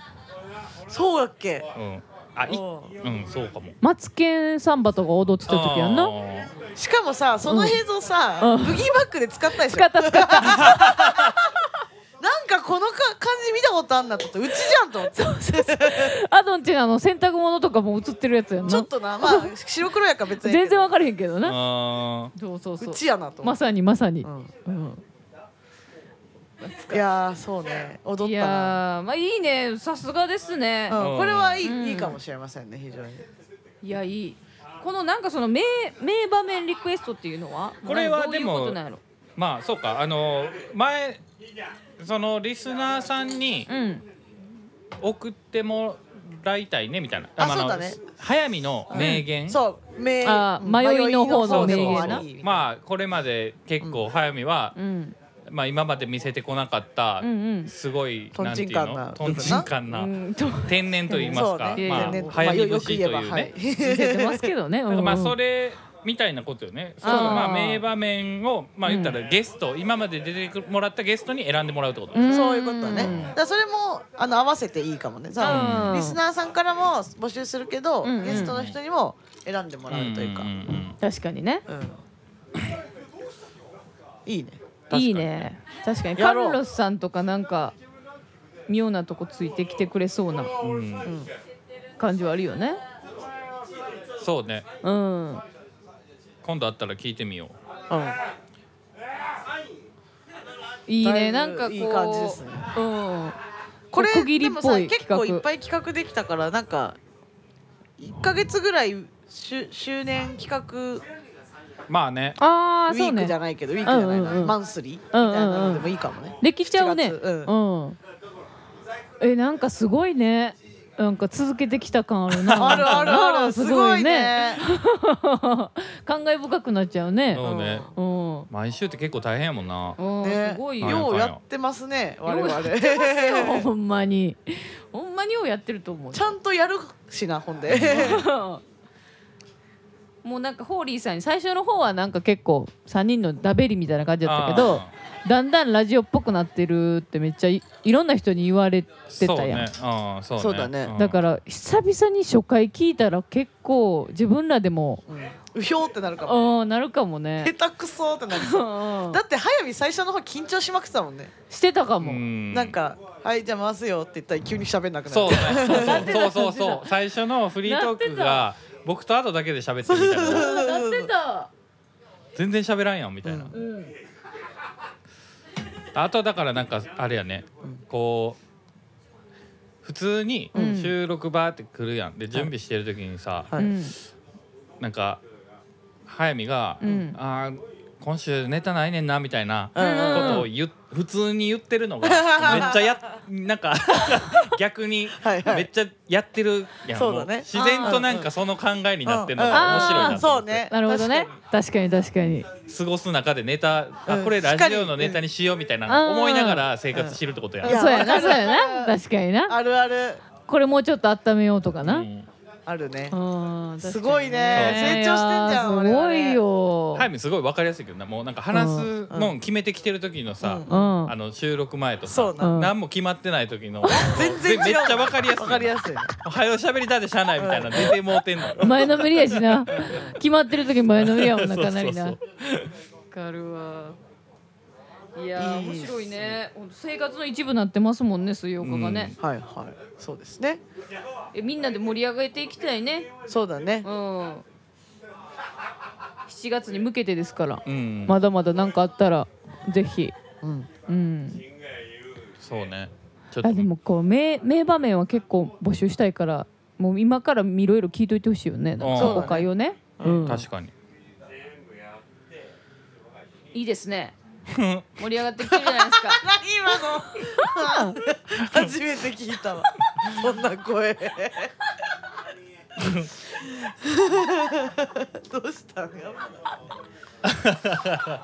そうやっけうんあいおううんそうかもマツケンサンバとか踊ってた時やんなあーしかもさその映像さ、うんブギーバックで使ったでしょ使った使った なんかこのか感じ見たことあんなと思ってうちじゃんと思ってアドンチのあの洗濯物とかも映ってるやつやんちょなっとなまあ白黒やから別に全然わからへんけどなあそうそううそうちやなと思まって、さにまさにうんうんいやーそうね踊いったなやーまあいいねさすがですねうん、これはいい,、うんいいかもしれませんね非常にいやいいこのなんかその名名場面リクエストっていうのはこれはどういうでもことなんやろーまあそうかあの前そのリスナーさんにうん送ってもらいたいねみたいなあまそうだねの早見の名言、そう名あー迷いの方の名言な迷いの方まあこれまで結構早見は、うんまあ今まで見せてこなかった、うん うんすごいとんちんかんななんていうのとんちんかんな、うんと天然と言いますか、そうねまあ天然と早見まあよ節くとい言えばうはいね、見せてますけどねなんかまあそれれみたいなことよねそあーうまあ名場面をまあ言ったらゲスト、今まで出てもらったゲストに選んでもらうってことでしょ、 そういうことね、だからそれもあの合わせていいかもねさ、うんリスナーさんからも募集するけど、うんうんゲストの人にも選んでもらうというか、んうんんん確かにねいいねかにいいね確かにカやろうルロスさんとかなんか妙なとこついてきてくれそうなうん感じはあるよねそうねうんあ今度あったら聞いてみよいいだいぶねなんかこういい感じですねうんこれ区切りでっもぽさい結構企画いっぱい企画できたからなんか1か月ぐらい周周年企画うまあねあウあィそうークじゃねないけどウィークじゃないな、うんうんうんマンスリーみたいなのでもいいかもね、できちゃうね7月うんうんえなんかすごいねなんか続けてきた感あるな あるあるあなるすごいね 感慨深くなっちゃうねそうね、うん毎週って結構大変やもんな、うんねすごいよようやってますね我よう々や ほんまにほんまにようやってると思うちゃんとやるしなほんでもうなんかホーリーさんに最初の方はなんか結構3人のダベリみたいな感じだったけどあだんだんラジオっぽくなってるってめっちゃいいろんな人に言われてたやん、そうね。うん、そうね。そうだねんだから久々に初回聞いたら結構自分らでもうんうひょーってなるかもうんなるかも下ね手くそーってなるうんだって早見最初の方緊張しまくってたもんね、してたかうも、ん、なんか「はいじゃあ回すよ」って言ったら急に喋んなくなるそうね。なってたそうそうそうなっそてう。最初のフリートークが僕とアドだけで喋ってるみた いな。うんなってた、全然喋らんやんみたいな。うん、あとだからなんかあれやね。こう。普通にうん収録バーって来るやん、で準備してる時にさ、はいうんなんか早見が「うんあー今週ネタないねんな」みたいなうんうんことを言っ普通に言ってるのがめっちゃやなんか 逆にはいはいめっちゃやってるやんそうだねも自然となんかその考えになってるのが面白いなとそ思うってねなるほどね確かに確かに過ごす中でネタあうんこれラジしオのっかりネタにしようみたいなうん思いながら生活してるってことやいんやそうやわかなるそうやな確かになあるあるこれもうちょっと温めようとかな、うんあるねうん確かにすごいね成長してんねじゃんいやー我す々ごいよ、タイムすごい分かりやすいけどなもうなんか話すもん決めてきてる時のさ、ううんあの収録前とそうさなの何も決まってない時の全然違うめっちゃ分かりやすいわかりやすいねおはようしゃべりたでしゃあないみたいな出てもうてんの前のめりやしな決まってる時前のめりやもんなかなりな そわうそうかるわいやーいいっすね面白いねほんと生活の一部になってますもんね水曜日がね、はいはいそうですねえみんなで盛り上げていきたいねそうだねうん7月に向けてですから、そううん、まだまだ何かあったらぜひうんうんそうねちょっとあでもこう名名場面は結構募集したいからもう今からいろいろ聞いといてほしいよねなんかそねうだ過去回をね、うん確かにいいです ね盛り上がってきてるじゃないですか今の初めて聞いたわそんな声どうしたのやばい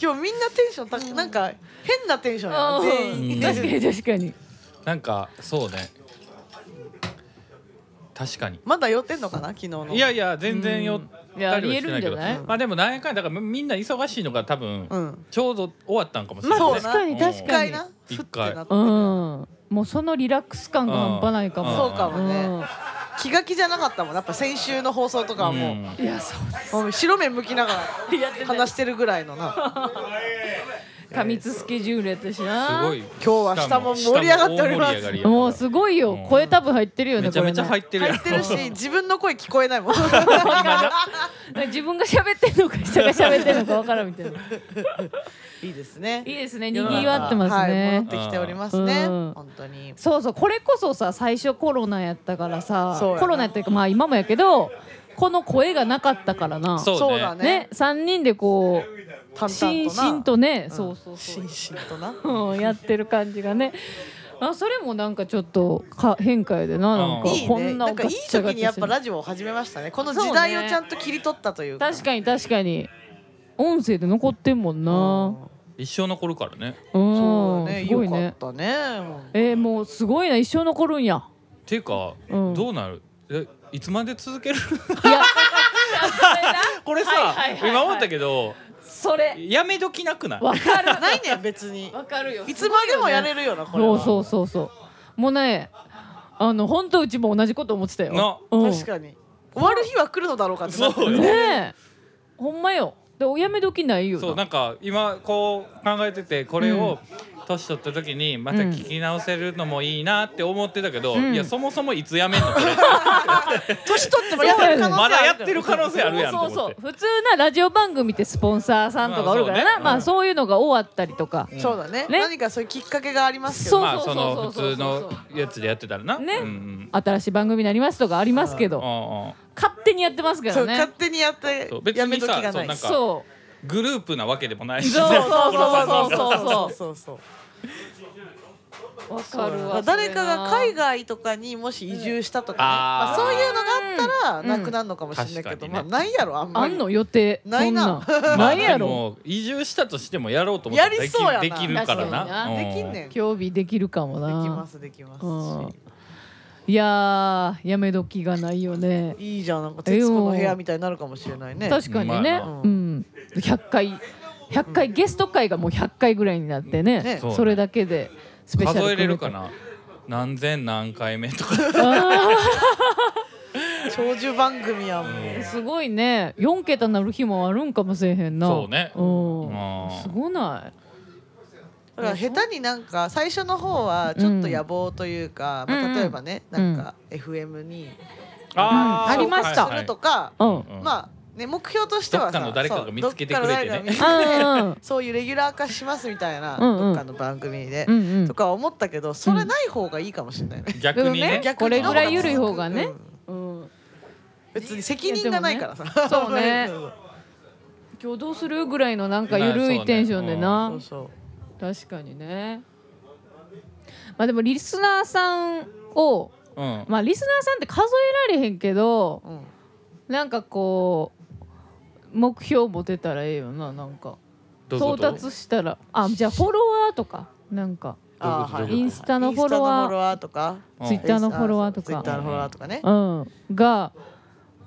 今日みんなテンション高くなんか変なテンションやな全うん員確かに確かになんかそうね確かにまだ酔ってんのかな昨日のいやいや全然よいやったりはしてないけありえるんどじゃないまあでも何回だからみんな忙しいのが多分、うんちょうど終わったんかもしれない、まあそねうな確かに一確か回にな一ふって回なってうるんもうそのリラックス感が半端ないかもんそうかもうんね気が気じゃなかったもんやっぱ先週の放送とかはもう、うんいやそうだもう白目向きながら話してるぐらいのな過密スケジュールやったしなすごい今日は下も盛り上がっておりますもうすごいよ、うん声多分入ってるよねめちゃめちゃこれ入ねってるやん入ってるし 自分の声聞こえないもん自分が喋ってんのか人が喋ってんのかわからんみた いないいですねいいですね賑わってますはい、ね戻ってきておりますね、うん本当にそうそうこれこそさ最初コロナやったからさそうやなコロナやったかまあ今もやけどこの声がなかったからなそうねそうだねね3人でこう淡しん々となしんとね、んそうそうそうしんしんとなうんやってる感じがね。あそれもなんかちょっとか変化やでななんかいいこねんななんかいガいッチャガ時にチャやしってぱるラジオを始めましたねこの時代をちゃんと切り取ったというか確かに確かに音声で残ってんもんな一生残るからねうんそうだねすごいよかねったねえー、もうすごいな一生残るんやっていうか、うんどうなるえいつまで続ける いやこれさ、はいはいはいはい今思ったけどそれやめどきなくないわかるないね別 にわかるよいつまでもやれるよなこれそうはそうそうそうもうねあの本当うちも同じこと思ってたよなうん確かに終わる日は来るのだろうかってなってそうよねえほんまよでおやめ時ないよなそうなんか今こう考えててこれを年取った時にまた聞き直せるのもいいなって思ってたけど、うんいやそもそもいつやめん のこれ年取ってもやってる可能性あるからまだやってる可能性あるやんとそ思うってそうそう普通なラジオ番組ってスポンサーさんとかおるからな、まあそうまあいうのが終わったりとか、そうだねね何かそういうきっかけがありますけどそうまあそのそうそう普通そうそうのやつでやってたらなねうんうん新しい番組になりますとかありますけど、あ勝手にやってますかそらう勝ね手にやってそう別にさやめときがないなんかそあグループなわけでもないしそうそうそうそうそうそうそううわかるそわう誰かが海外外とかにもし移住したとかねうんまああーそういうのがあったうらんなくなるのかもしれないけどうんまあ確ないやろあんまありんの予定ないなそんなんまなあいやでろ も移住したとしてもやろうと思ったらやりできそうやなできるから確かなにうできんねんでき興味できるかもなますできますうんしいやーやめ時がないよねいいじゃんなんか徹子の部屋みたいになるかもしれないね確かにね、まあなうん、100回100回ゲスト回がもう100回ぐらいになってねねそれだけでスペシャル数えれるかな何千何回目とか長寿番組やもんすごいね4桁なる日もあるんかもしれへんなそうねうんうんすごないだから下手になんか最初の方はちょっと野望というか、うんまうあ、ん例えばね、うんなんか FM にあーありましたそうすかるとか、うんうんまあね目標としてはさどっかの誰かが見つけてくれてねそうどっかの誰かが見つけてあそういうレギュラー化しますみたいな、うんうどっんかの番組で、ーうんうんとか思ったけどそれない方がいいかもしれないね、逆にねでもね逆これぐらい緩い方がうねんうん別に責任がないからさ、そうねそう今日どうするぐらいのなんかゆるいテンションでなそうそう確かにねまあでもリスナーさんをうん、まあリスナーさんって数えられへんけどうん、なんかこう目標持てたらええよななんかどうぞ到どうぞ達したらあじゃあフォロワーとかなんかあどういうことーはいどういうことインスタのフォロワイーンスタのフォロワーとかうんツイッターのフォロワーとツイッかターのフォロワーとかねうんが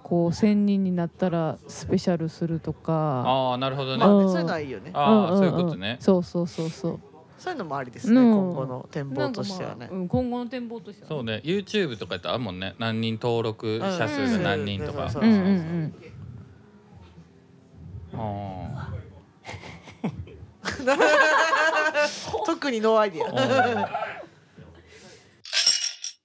こう1,000人になったらスペシャルするとかああなるほどねまああうねんそういうのはいいよねんあー、んんそういうことねそうそうそうそうそういうのもありですねうん今後の展望としてはなんねかまあうん今後の展望としてはそうね YouTube とかやったらあるもんね何人登録者数が何人とか、うんそううんうんうんあ 特にノーアイディアー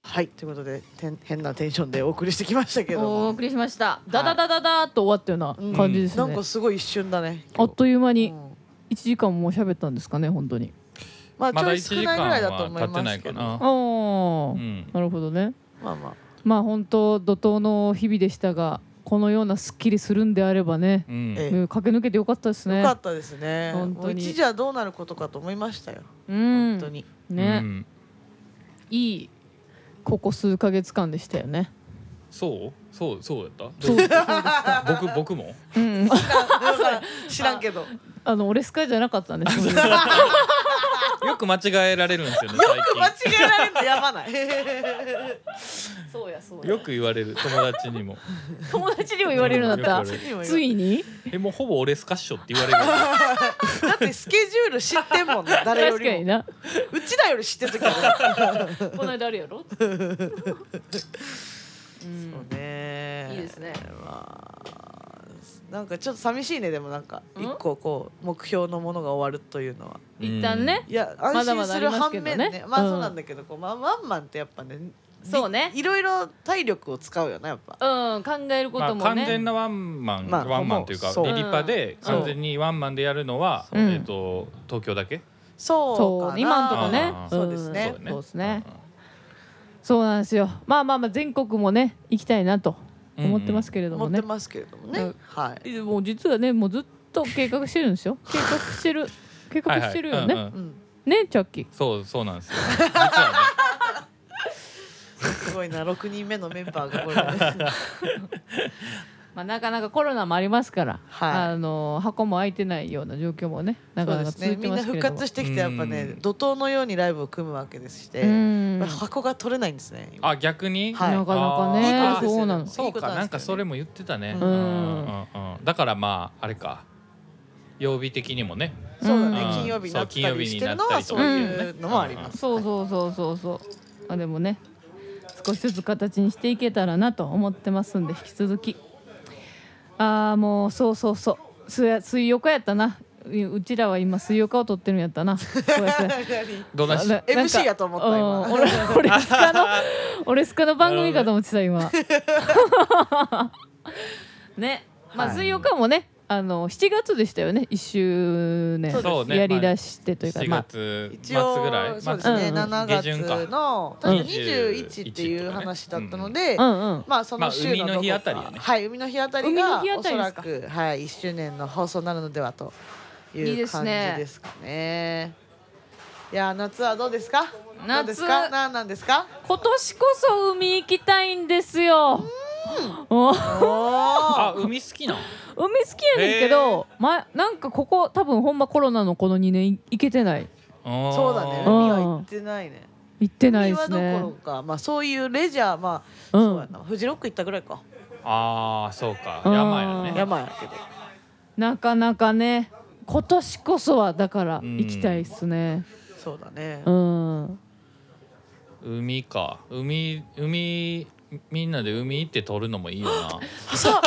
はいということでてん変なテンションでお送りしてきましたけどおも送りしましたダダダダダーっと終わったような感じですなんねかすごい一瞬だねあっという間うにん1時間も喋ったんですかね本当にまあまちだょ1い少時ないぐ間らいだとは思経いってまなすいけかどなあーうんなるほどねまあまあまあ本当怒涛の日々でしたがこのようなスッキリするんであればね、うんええうん駆け抜けてよかったですねよかったですね。本も当うに一時はどうなることかと思いましたよ。うん本当 に。ね、うんいいここ数ヶ月間でしたよねそうそうそうやったそうそうでした、僕僕もうん、知らんけど。あの俺スカイじゃなかったんです よく間違えられるんですよね間違最えられるのやば ない。そうやそう近よく言われる友達にも友達にも言われるんだうっんよくたついにえもうほぼ俺スカッショって言われるよだってスケジュール知ってんもんね。誰よ確かにりも。なうちらより知ってる時あこの間あるやろ、 うる。んそうね。いいですねまあなんかちょっと寂しいねでもなんかん一個こう目標のものが終わるというのは。 一旦ねいやま安だま心だするあります反け面どねね。まあそうなんだけどこうまあワンマンってやっぱね。そうねいろいろ体力を使うよなやっぱ。うん考えるこまとあ、も完ね、全なワンマン、まあワンマンというかほぼリそうリパでうん完全にワンマンでやるのは、そうえっ、と東京だけ、そうそかな。う今んとこねあーそうですねんそうですねそうなんですよまあまあまあ全国もね行きたいなと思ってますけれど思もっね、てますけれどもね、うん はい、でも実はねもうずっと計画してるんで すよ計画してる計は画いはいしてるよね、うんうんうん、ねチャッキーそうそうなんですよ実はすごいな6人目のメンバーがこれ、ね、まあ、なかなかコロナもありますから、はいあの箱も開いてないような状況もねなそうかなでかす続ねいてみんまなすけ復れども活してきてやっぱねうん怒涛のようにライブを組むわけでして、うんやっぱ箱が取れないんですねねあ逆に、はいなかなかねあーそうなのそうかなんかそれもも言ってたね、うんうんうんだからまああれか曜日的にもねそうだね、うん金曜日になったそう金曜り日しにてなるのったはりとそかういうのもあります、そうそうそうそうそうまあでもね少しずつ形にしていけたらなと思ってますんで引き続きああもうそうそうそう水や水曜日やったなううちらは今水曜日を撮ってるんやったなそうや そうやどなしな MC やと思った今うん俺俺ス カの俺スカの番組かと思ってた今 ねまはあい水曜日もねあの7月でしたよね1周年そうねやりだしてというか、 7まあ月一末ぐらい応そうですね、うん7下旬か月の確か21っていう話だったので、うんうんまあその週のどこか、まあ海の日あたりやねはい海の日あたりが海の日あおたそりでらすかくはい1周年の放送になるのではといいいうです感じねですかね。いやー夏はどうですか？夏どうですか？なんなんですか？今年こそ海行きたいんですよ。 おお海好ーあ海好きなんきやねんけど、まなんかここ多分ほんまコロナのこの2年い行けてないそうだねう海んは行ってないね。行ってない海ではすどころね。かまあそういうレジャーまあうんそうやなフジロック行ったぐらいかああそうかうん山やね山やけどなかなかね今年こそはだからうん行きたいですね。そうだねう。ん。海か海海みんなで海行って撮るのもいいよなそうそう思っ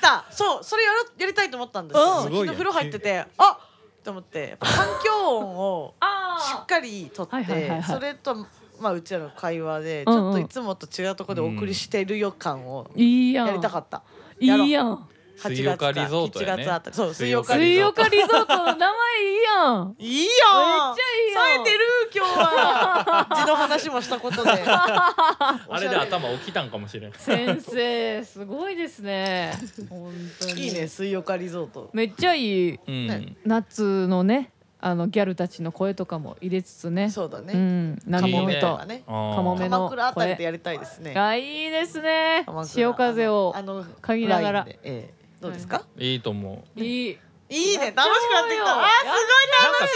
たそうそれやろやりたいと思ったんですよ。うん昨日風呂入っててあと思ってやっぱ環境音をしっあかりとって、はいはいはいはいそれと、まあ、うちらの会話でちうんうんょっといつもと違うところでお送りしている予感をあ。いいやん。やりたかった。いやろういやん。 8水曜月かかリゾートやね1月あたりそう水曜か水水曜曜かかリゾートの名前いいや ん。いいよめっちゃいいよ冴えてる今日 は地の話もしたことであれで頭起きたんかもしれん先生すごいですね。本当いに。いね。水曜かリゾートめっちゃいい。うん、ね夏のねあのギャルたちの声とかも入れつつねそうだうね。ん、カ波モのメいいととかね。あーかもめ鎌倉あたりでやりたいですね。あいいですね鎌倉潮風をあの嗅ぎながらラインでええどうですか？いいと思うなんいいいいね楽しくなってきたわ。やっちゃおうよかさ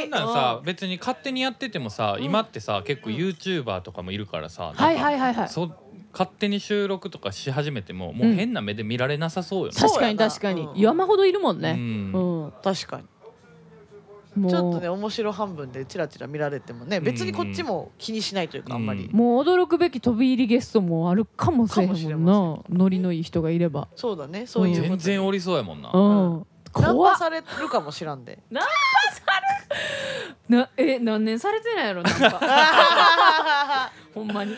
そんなんさう別に勝手にやっててもさ今ってさ結構 YouTuber とかもいるからさはいはいいはいはいそ勝手に収録とかし始めてももう変な目で見られなさそうよねそう確かに確かに、うん山ほどいるもんねううんん、確かに。もうちょっとね面白半分でチラチラ見られてもね別にこっちも気にしないというかあんまり、うんもう驚くべき飛び入りゲストもあるかもしれへんもんなノリのいい人がいればそうだねそういうこと全然おりそうやもんなうん、ナン怖パっされるかもしらんでなえ何年されてないやろなんか ほんまにい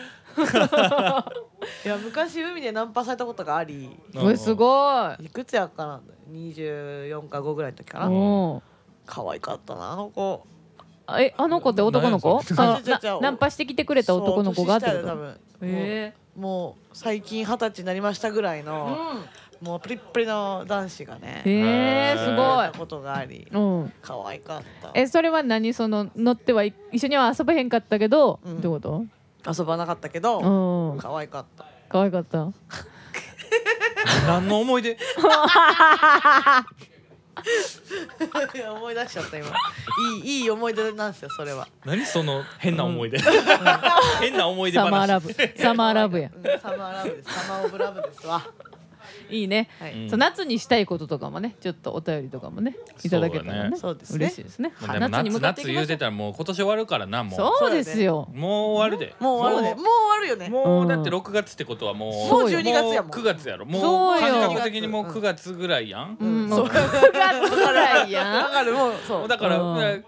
や昔海でナンパされたことがありこれすごいいくつやっかな24か5ぐらいの時かうなんお可愛かったなあの子えあの子って男の子何やそれあ違う違う違うナンパしてきてくれた男の子がってこそう年下やで多と分えもう最近二十歳になりましたぐらいえの、もうプリップリの男子がねええーす会えたごことがありい、うん、可愛かったえそれは何その乗ってはい一緒には遊べへんかったけど、うんってこと遊ばなかったけどうん可愛かった 可愛かった何の思い出いや思い出しちゃった今いいいい思い出なんですよそれは何その変な思い出 変な思い出サ話マー ラブサマーラブやうんサマーラブですサマーオブラブですわいいね、はい、うんそう夏にしたいこととかもねちょっとお便りとかもねいただけたらねそうだね嬉しいですねもうでも夏夏に向かってい夏き言まうしょてたらもう今年終わるからなもううそうですよもう終わるでもう終わるねもう終わるよねもうもううんだって6月ってことはもうもう12月やもん9月やろもそううよ感覚的にもう9月ぐらいやん、ううんん、もそうう9月ぐら いやだんかるもうそもううだからうん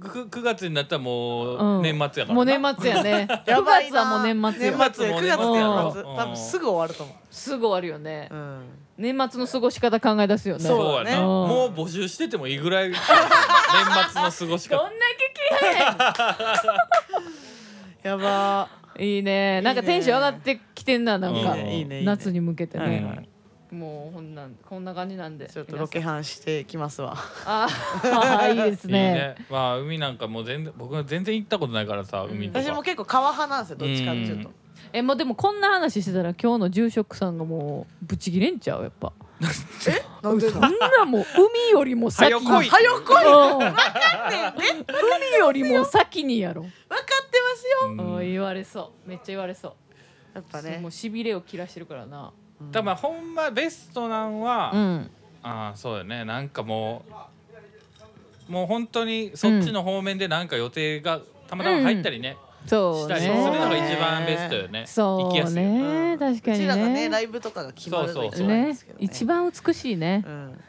9 9月になったらもううん年末やからな、もう年末 やねや9ばい月なはもう年末よ年末9月もうや年末末多分すぐ終わると思すぐ終わるよね、う、うん、年末の過ごし方考え出すよねそうそうやな、うんもう募集しててもいいぐらい年末の過ごしどん方だけ綺麗やばいいねなんかテンション上がってきてんななんーいいか、ねいいねいいね夏に向けてはねい、はいもうこんなんこんな感じなんでちょっとロケハンしてきますわ皆さんあ ーいいですいいねねまあ海なんかもう全然僕は全然行ったことないからさ海とか、私も結構川派なんですよどっちかっていうとうんえもうでもこんな話してたら今日の住職さんがもうブチギレんちゃうやっぱなんでそんなもう海よりも先早に来い早く来い分うん海かんねんね分かってよりも先にやろ、ますようんうん言われそうめっちゃ言われそうやっぱそうねもうしびれを切らしてるからなだからほんまベストなんは、んああそうだねなんかもうもう本当にそっちの方面でなんか予定がたまたま入ったりね、そしうたねりするのが一番ベストよね行きそやうすいよね、うん確かにうちらがねラねイブとかが決まるのがそう一そう番いいでねすけどね一番美しいね、うん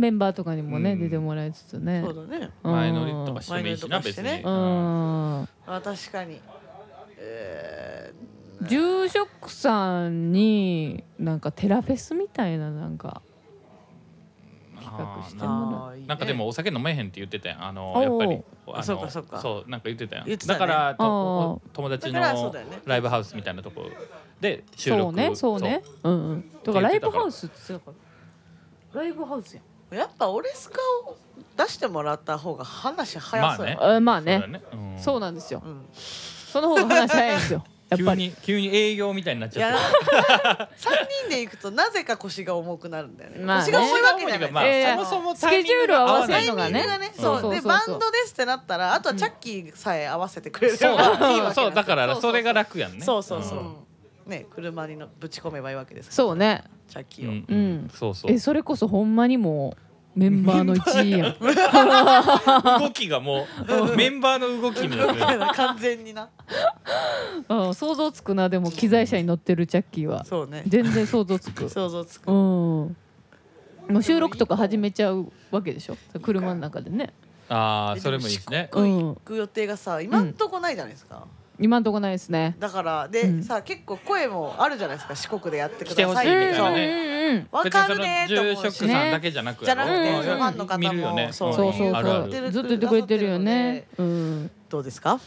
メンバーとかにもね、うん出てもらいつつねそうだねうん前乗りとかしてもいいし前乗なりとかし別てに、ねううんんあ確かにえ住職さんになんかテラフェスみたいななんか企画しーてでもなあーいいねなんかでもお酒飲めへんって言ってたやんあのおーやっぱりあのそうかそうかうなんか言ってたやん言ってただねからとおお友達だからそうのだよねライブハウスみたいなとこで収録そうねそうねうんうんとかライブハウスって言ってたからライブハウスやんーやっぱオレスカを出してもらった方が話早そうや、まあまあそうだねねうんそうなんですようん、その方が話早いんですよやっ急ぱりに急に営業みたいになっいちゃっやて 三人で行くとなぜか腰が重くなるんだよね。まあ腰ねが重いわけじゃない。まあいやいやそもそもスタイミケンジグがュールを合わせタイるミのングがねがね、うんそうそでバンドですってなったら、あとはチャッキーさえ合わせてくれればそう いいわけなんですだよそうだからそうそうそうそれが楽やんねそうそうそううんう。ね、車にのぶち込めばいいわけですから。そうねチャッキうーを。 ん、うんそうそうえそれこそほんまにもうメンバーの一位やん動きがもうメンバーの動きになってる完全にな。うん想像つくなでも機材車に乗ってるチャッキーはそうね。全然想像つく想像つく。うんもう収録とか始めちゃうわけでしょ車の中でねああそれもいいですねでも四国行く予定がさ、今んとこないじゃないですか。今んとこないですねだからで、うんさ結構声もあるじゃないですか四国でやってくだ来てほさしいいみみたいなたいなねね。ねわかるねそと思の住う職し、さんだけじゃなくやろじゃなくてうんファンの方も見るよねそうそうんそうあそるあるうずっと言ってくれてるよねうんどうですか？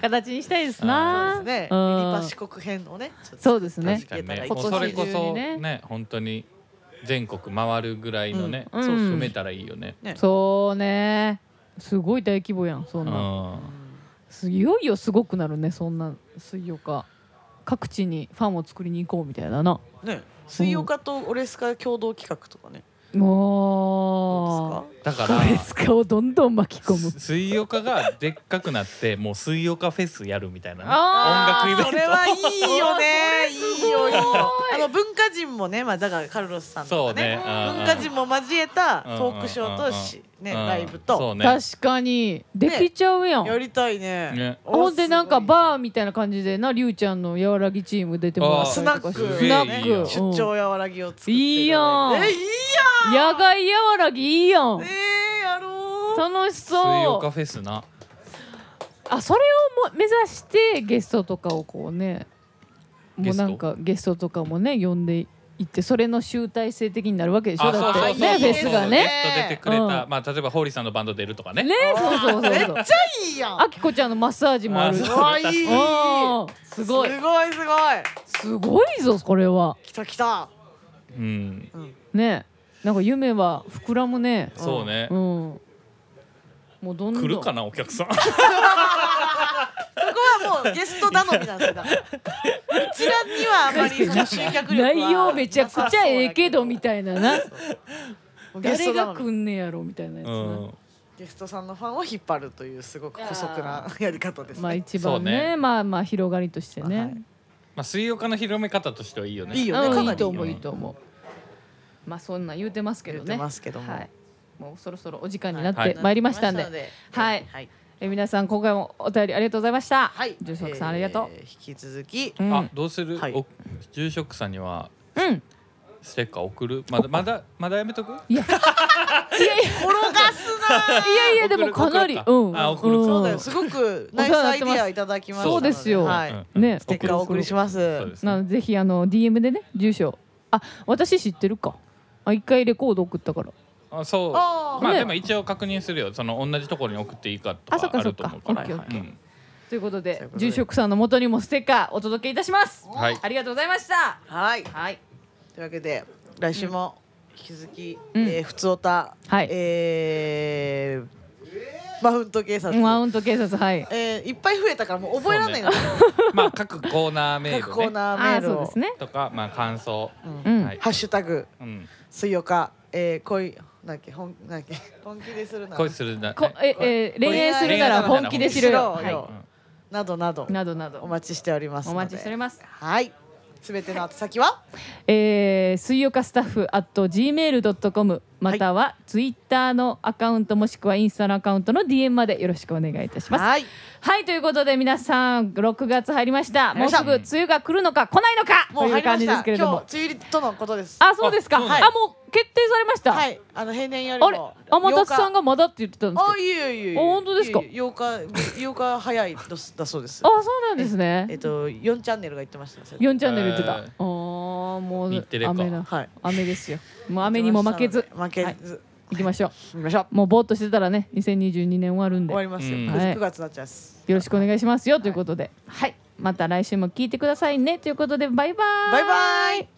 形にしたいですそうなですね。リリうんパ四国編をね。ちょっとそうですね確か確かにね今も年うそれこ中そにねね本当に全国回るぐらいのね、うんそううん含めたらいいよね。ねそうねすごい大規模やんそんうなんんすいよいよすごくなるねそんな水曜か各地にファンを作りに行こうみたいだなね水曜化とオレスカ共同企画とかねもどううだかドレスらカをどんどん巻き込む水曜化がでっかくなって もう水曜化フェスやるみたいなね、あー音楽イベントそれはいいよねいいよいいよ いあの文化人もねまあだからカルロスさんとそうかねね。うん文化人も交えたうんトークショーとしうんねうんライブそうとね確かにできちゃうやん、やりたいねねおほんでなんかすごいバーみたいな感じでなりゅうちゃんのやわらぎチーム出てもらったりとかしてあーススナナッッククね出張やわらぎを作っていいやんえいいうん野外やわらぎいいやんねえやろう楽し水曜そ化うフェスな。あそれをも目指してゲストとかをこうねもうなんかゲストとかもね呼んでいってそれの集大成的になるわけでしょあ、だそうってそうそうそう。ねいいフェですスねがねゲスト出てくれた、うんまあ例えばホーリーさんのバンド出るとかね。ねそうそうそう そういいやんあきこちゃんのマッサージもあるしあうそうわいいうんすごいすごいすごいすごいぞこれは来た来たうん。うんねなんか夢は膨らむねそうねうん。もうどんどん来るかなお 客さん。そこはもうゲスト頼みなんですよだからうちらにはあまりその集客力は内容めちゃくちゃええけどみいたいなななゲス誰トが頼来みんねやろみたいなやつうな、ん。ゲストさんのファンを引っ張るというすごく古速なやり方ですまあね一番そうねねまあまあ広がりとしてね、はいまあ水曜化の広め方としてはいいよね。いいよねうんかいないりいいとよ思ういいと思うまあそんなん言うてますけどね言うてますけどもはい、もうそろそろお時間になはっいてまいりましたんで、はいはいえ皆さん今回もお便りありがとうございました、はい住職さんありがとう、えー引き続きうんあ、どうする？はいお住職さんにはうんステッカー送る？まだまだまだやめとく？いやいやいや転がすないやいやで送るもかなり送るかうんあ送るかそうだんよすごくナイスアイディアいただきましたのそうですよはいうんねステッカーお送りしますそうですなね。のでぜひあの DM でね住所あ私知ってるかあ一回レコード送ったからあ、そう。あーまあねでも一応確認するよ。その同じところに送っていいかとあそっかかあそっるとか思うオかッら。ケーオッケうーんということといでうことで住職さんの元にもステッカーお届けいたしますはい。ありがとうございましたはいはいというわけで来週も引き続き、うんえーふつおた、はいえーマウント警察、マウント警察はいえーいっぱい増えたからもう覚えられないの、まあ各コーナーメー各コールね。ナーメあーールそうをですねとかまあ感想。うんはいハッシュタグうん。水曜か、えー、恋なんだっけ本なんだっけ本気でするな恋するな。こええー恋愛するなら本気で知恋る愛なら本気で知ろうよよはなどなどいなどなどお待ちしておりますのでお待ちしておりますはいすべての宛先は、えー、水曜日スタッフ at gmail.com またはツイッターのアカウントもしくはインスタのアカウントの DM までよろしくお願いいたします。はいはいということで皆さん6月入りました入りもうましすたぐ梅雨が来るのか来ないのかもうと入いうりま感しじでたすけ今れ日梅ども雨入りとのことですあそうですかああ,、そうなんだもう決定されました、はいあの平年よりあれも天達さ8ん日がまだって言ってたんですあけいえいえいえあ本当ですか8日8日早いどすだそうですどあそうなんですねえっと4チャンネルが言ってましたそれ4チャンネル言ってた、えーあーも日テレうか雨だはい雨ですよもう雨にも負けず負けはいず行きましょう行きましょうもうぼーっとしてたらね2022年終わるんで終わりますようんはい9月になっちゃいますよろしくお願いしますよということで、はい、また来週も聞いてくださいねということで、バイバーイ。バイバイ